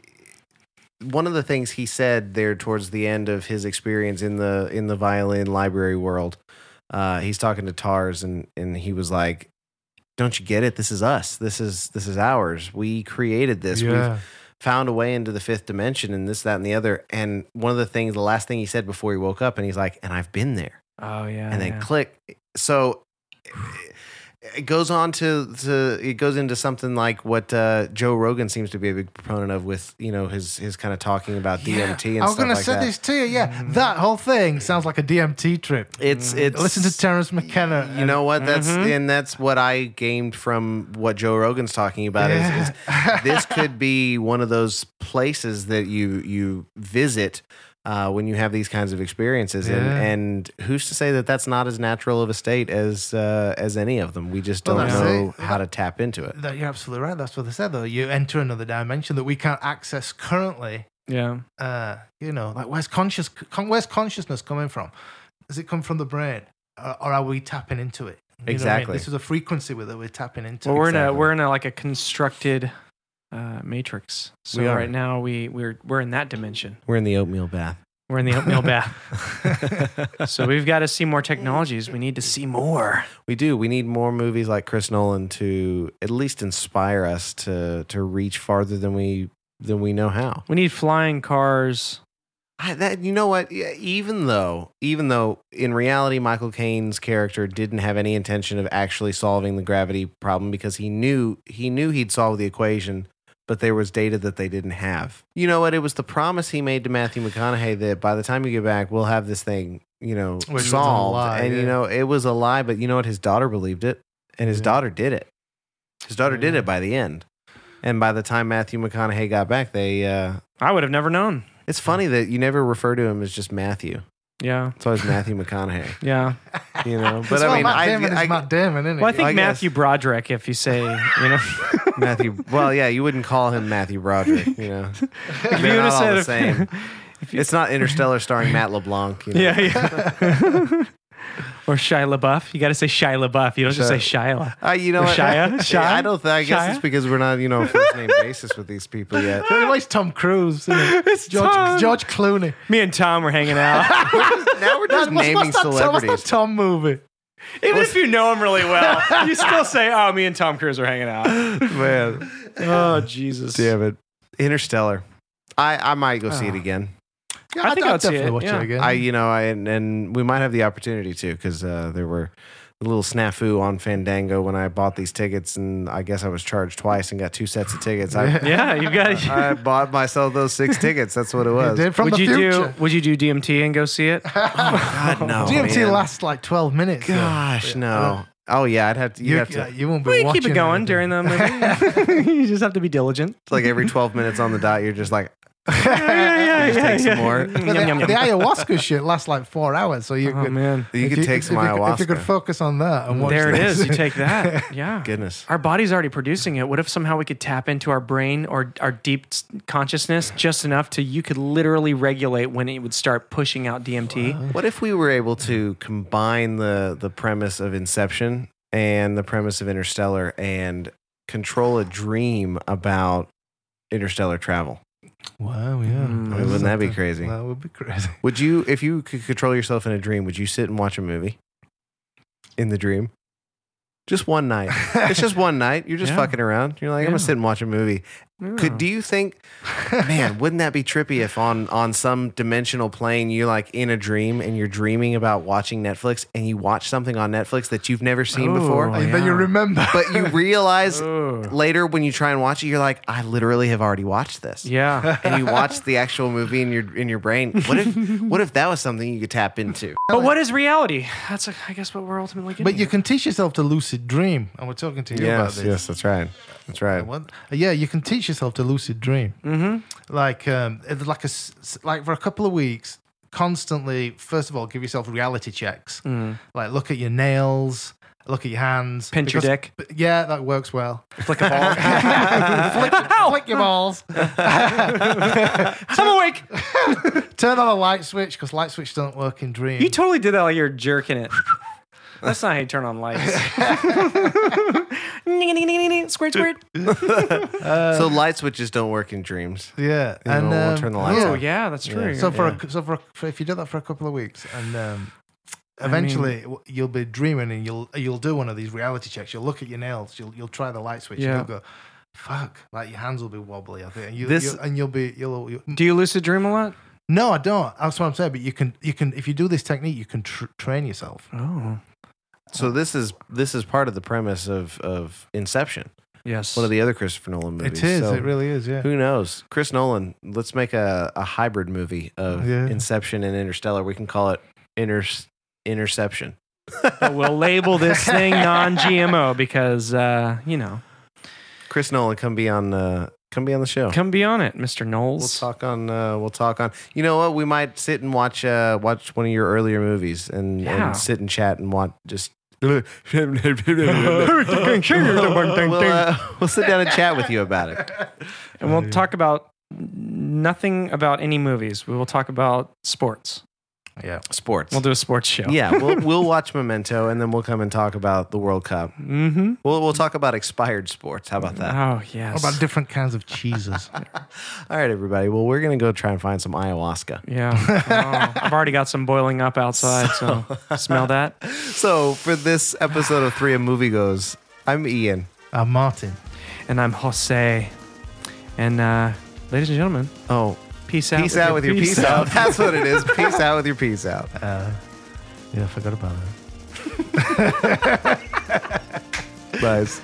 B: one of the things he said there towards the end of his experience in the in the violin library world uh he's talking to tars and and he was like don't you get it this is us this is this is ours we created this we've
C: yeah.
B: found a way into the fifth dimension and this that and the other and one of the things the last thing he said before he woke up and he's like and i've been there
D: Oh yeah.
B: and then
D: yeah.
B: click. So it goes on to, to it goes into something like what uh, Joe Rogan seems to be a big proponent of with you know his his kind of talking about DMT and
C: I was
B: stuff
C: gonna
B: like
C: say
B: that. Mm.
C: this to you. Yeah, that whole thing sounds like a DMT trip.
B: It's it's
C: Mm. Listen to Terrence McKenna.
B: You know what? That's
D: Mhm.
C: Mm-hmm.
B: and that's what I gained from what Joe Rogan's talking about is, is this could be one of those places that you you visit uh, when you have these kinds of experiences,
C: Yeah.
B: and and who's to say that that's not as natural of a state as uh, as any of them? We just
C: Well,
B: don't
C: that's
B: know
C: it.
B: how to tap into it.
C: That you're absolutely right. That's what they said though. You enter another dimension that we can't access currently.
D: yeah.
C: Uh, you know, like where's conscious? Con- where's consciousness coming from? Does it come from the brain, or, or are we tapping into it? You know what I mean?
B: Exactly.
C: This is a frequency that we're tapping into.
D: Well, we're in a
B: Exactly.
D: we're in a like a constructed uh, matrix. So
B: We are.
D: right now we we're we're in that dimension.
B: We're in the oatmeal bath.
D: We're in the oatmeal bath. so we've got to see more technologies. We need to see more.
B: We do. We need more movies like Chris Nolan to at least inspire us to to reach farther than we than we know how.
D: We need flying cars.
B: I, that you know what? Yeah, Even though, even though in reality, Michael Caine's character didn't have any intention of actually solving the gravity problem because he knew he knew he'd solve the equation, but there was data that they didn't have. You know what? It was the promise he made to Matthew McConaughey that by the time you get back, we'll have this thing, you know,
C: Which was a
B: solved.
C: lie,
B: and you
C: yeah.
B: know, it was a lie. But you know what? His daughter believed it, and his
C: Yeah.
B: daughter did it. His daughter did
D: Yeah.
B: it by the end. And by the time Matthew McConaughey got back, they uh,
D: I would have never known.
B: it's funny that you never refer to him as just Matthew.
D: Yeah.
B: It's always Matthew McConaughey,
D: yeah.
B: you know. But
C: But
B: I mean,
C: Matt
B: I,
C: Damon
B: I-
C: is Matt Damon, isn't it?
D: Well, I think
B: I guess.
D: Matthew Broderick, if you say, you know,
B: Matthew. Well, yeah, you wouldn't call him Matthew Broderick, you know.
D: if
B: They're
D: would've
B: not all the
D: said-
B: same. It's not Interstellar starring Matt LeBlanc. You know?
D: yeah, yeah. or Shia LaBeouf. You got to say Shia LaBeouf. You don't just say Shia.
B: Uh, you know
D: Or
B: what?
D: Shia? Shia?
B: I don't think. I guess
D: Shia?
B: it's because we're not, you know, first name basis with these people yet.
C: Always Tom Cruise. isn't it?
D: It's
C: George,
D: Tom.
C: George Clooney.
D: Me and Tom were hanging out.
B: Now we're just
C: What's-
B: naming
C: what's that, Tom-
B: celebrities.
C: What's that Tom movie?
D: Even if you know him really well, you still say, "Oh, me and Tom Cruise are hanging out."
B: Man,
D: Oh, Jesus.
B: damn it, Interstellar. I, I might go
D: Ah.
B: see it again.
C: Yeah,
D: I think
C: I'd
D: I'd see
C: definitely
D: it,
C: watch
D: yeah.
C: it again.
B: I, you know, I, and, and we might have the opportunity to because uh, there were a little snafu on Fandango when I bought these tickets, and I guess I was charged twice and got two sets of tickets. I,
D: Yeah, you got.
B: I bought myself those six tickets. That's what it
C: You
B: was.
C: did from
D: would
C: the
D: you
C: future.
D: do? Would you do DMT and go see it?
B: God no,
C: DMT
D: Oh,
B: man.
C: lasts like 12 minutes. though.
B: Gosh no. Oh yeah, I'd have to. You
C: You,
B: have to.
C: yeah, you won't be
D: We
C: watching
D: keep it going
C: anything.
D: during the movie. you just have to be diligent.
B: it's like every twelve minutes on the dot, you're just like
D: yeah,
B: just take some more.
C: But the, the ayahuasca shit lasts like four hours, so you
D: Oh
C: could,
D: man,
B: You
C: if
B: could take some
C: if you, could- If you could
B: ayahuasca.
C: focus on that and watch
D: there it
C: this.
D: is. You take that. Yeah.
B: Goodness.
D: Our body's already producing it. What if somehow we could tap into our brain or our deep s- consciousness just enough to you could literally regulate when it would start pushing out DMT?
B: What if we were able to combine the the premise of Inception and the premise of Interstellar and control a dream about interstellar travel?
C: Wow, yeah.
D: Mm.
B: I mean, wouldn't that be crazy?
C: That would be crazy.
B: Would you, if you could control yourself in a dream, would you sit and watch a movie in the dream? Just one night. It's just one night. You're just
D: Yeah.
B: fucking around. You're like, I'm
D: Yeah.
B: gonna sit and watch a movie.
C: Hmm.
B: Could do you think, man? Wouldn't that be trippy if on on some dimensional plane you're like in a dream and you're dreaming about watching Netflix and you watch something on Netflix that you've never seen
D: Oh,
B: before,
C: and then you
D: yeah.
C: remember.
B: but you realize
D: Oh.
B: later when you try and watch it, you're like, I literally have already watched this
D: Yeah.
B: and you watch the actual movie in your in your brain. What if what if that was something you could tap into?
D: but what is reality? That's uh, I guess what we're ultimately getting.
C: But you
D: at.
C: can teach yourself to lucid dream, and we're talking to you about this.
B: that's right. That's right.
C: What? Yeah, you can teach yourself to lucid dream. Mm-hmm. Like, um, it's like a s- s- like for a couple of weeks, constantly. First of all, give yourself reality checks. Like, look at your nails, look at your hands,
D: Pinch your dick.
C: b- Yeah, that works well.
D: flick a ball.
C: flick, flick your balls.
D: I'm awake.
C: Turn on a light switch because light switch don't work in dreams.
D: You totally did that like you're jerking it. That's not how you turn on lights. squirt, squirt.
B: so light switches don't work in dreams.
C: yeah,
B: You know, we'll
C: um,
B: turn the lights
D: Oh
B: out.
D: yeah, that's true.
C: So for a, so for, a, for if you do that for a couple of weeks and um,
D: mean-
C: eventually w- you'll be dreaming and you'll you'll do one of these reality checks. You'll look at your nails. You'll you'll try the light switch.
D: Yeah.
C: And you'll go, fuck. Like your hands will be wobbly. I think. And you,
B: This-
C: you and you'll be you'll, you'll-
D: Do you lucid dream a lot?
C: no, I don't. That's what I'm saying. But you can you can if you do this technique, you can tr- train yourself.
D: Oh.
B: So this is this is part of the premise of of Inception,
D: Yes.
B: one of the other Christopher Nolan movies.
C: It is.
B: So
C: it really is. Yeah.
B: Who knows? Chris Nolan, let's make a, a hybrid movie of
C: Yeah.
B: Inception and Interstellar. We can call it Inter Interception.
D: But we'll label this thing non-GMO because uh, you know,
B: Chris Nolan, come be on uh, come be on the show.
D: come be on it, Mr.
B: We'll
D: Knowles.
B: talk on. Uh, we'll talk on. You know what? We might sit and watch uh, watch one of your earlier movies and,
D: Yeah.
B: and sit and chat and watch just. we'll,
D: uh, and
B: uh, we'll sit down and chat with you about it.
D: we'll talk about nothing about any movies. We will talk about sports.
C: Yeah.
B: Sports.
D: We'll do a sports show.
B: yeah, we'll we'll watch Memento and then we'll come and talk about the World Cup.
D: Mm-hmm.
B: We'll we'll talk about expired sports. How about that?
D: Oh yes.
C: What about different kinds of cheeses?
B: All right, everybody. Well, we're gonna go try and find some ayahuasca.
D: Yeah. Oh, I've already got some boiling up outside, so smell that.
B: So for this episode of Three of Movie Goes, I'm Ian.
C: uh, Martin.
D: And I'm Jose. And uh, ladies and gentlemen,
B: Oh,
D: peace out.
B: peace out with your peace out. That's what it is. Peace out with your peace out.
C: Yeah, I forgot about that.
B: Nice.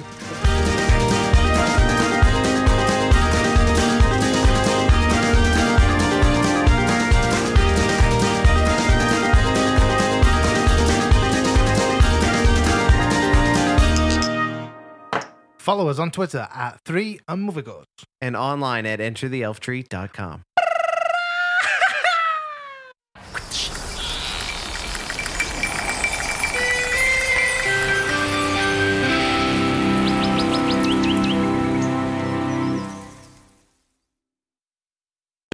C: Follow us on Twitter at three and movie gods.
B: and online at entertheelftree.com.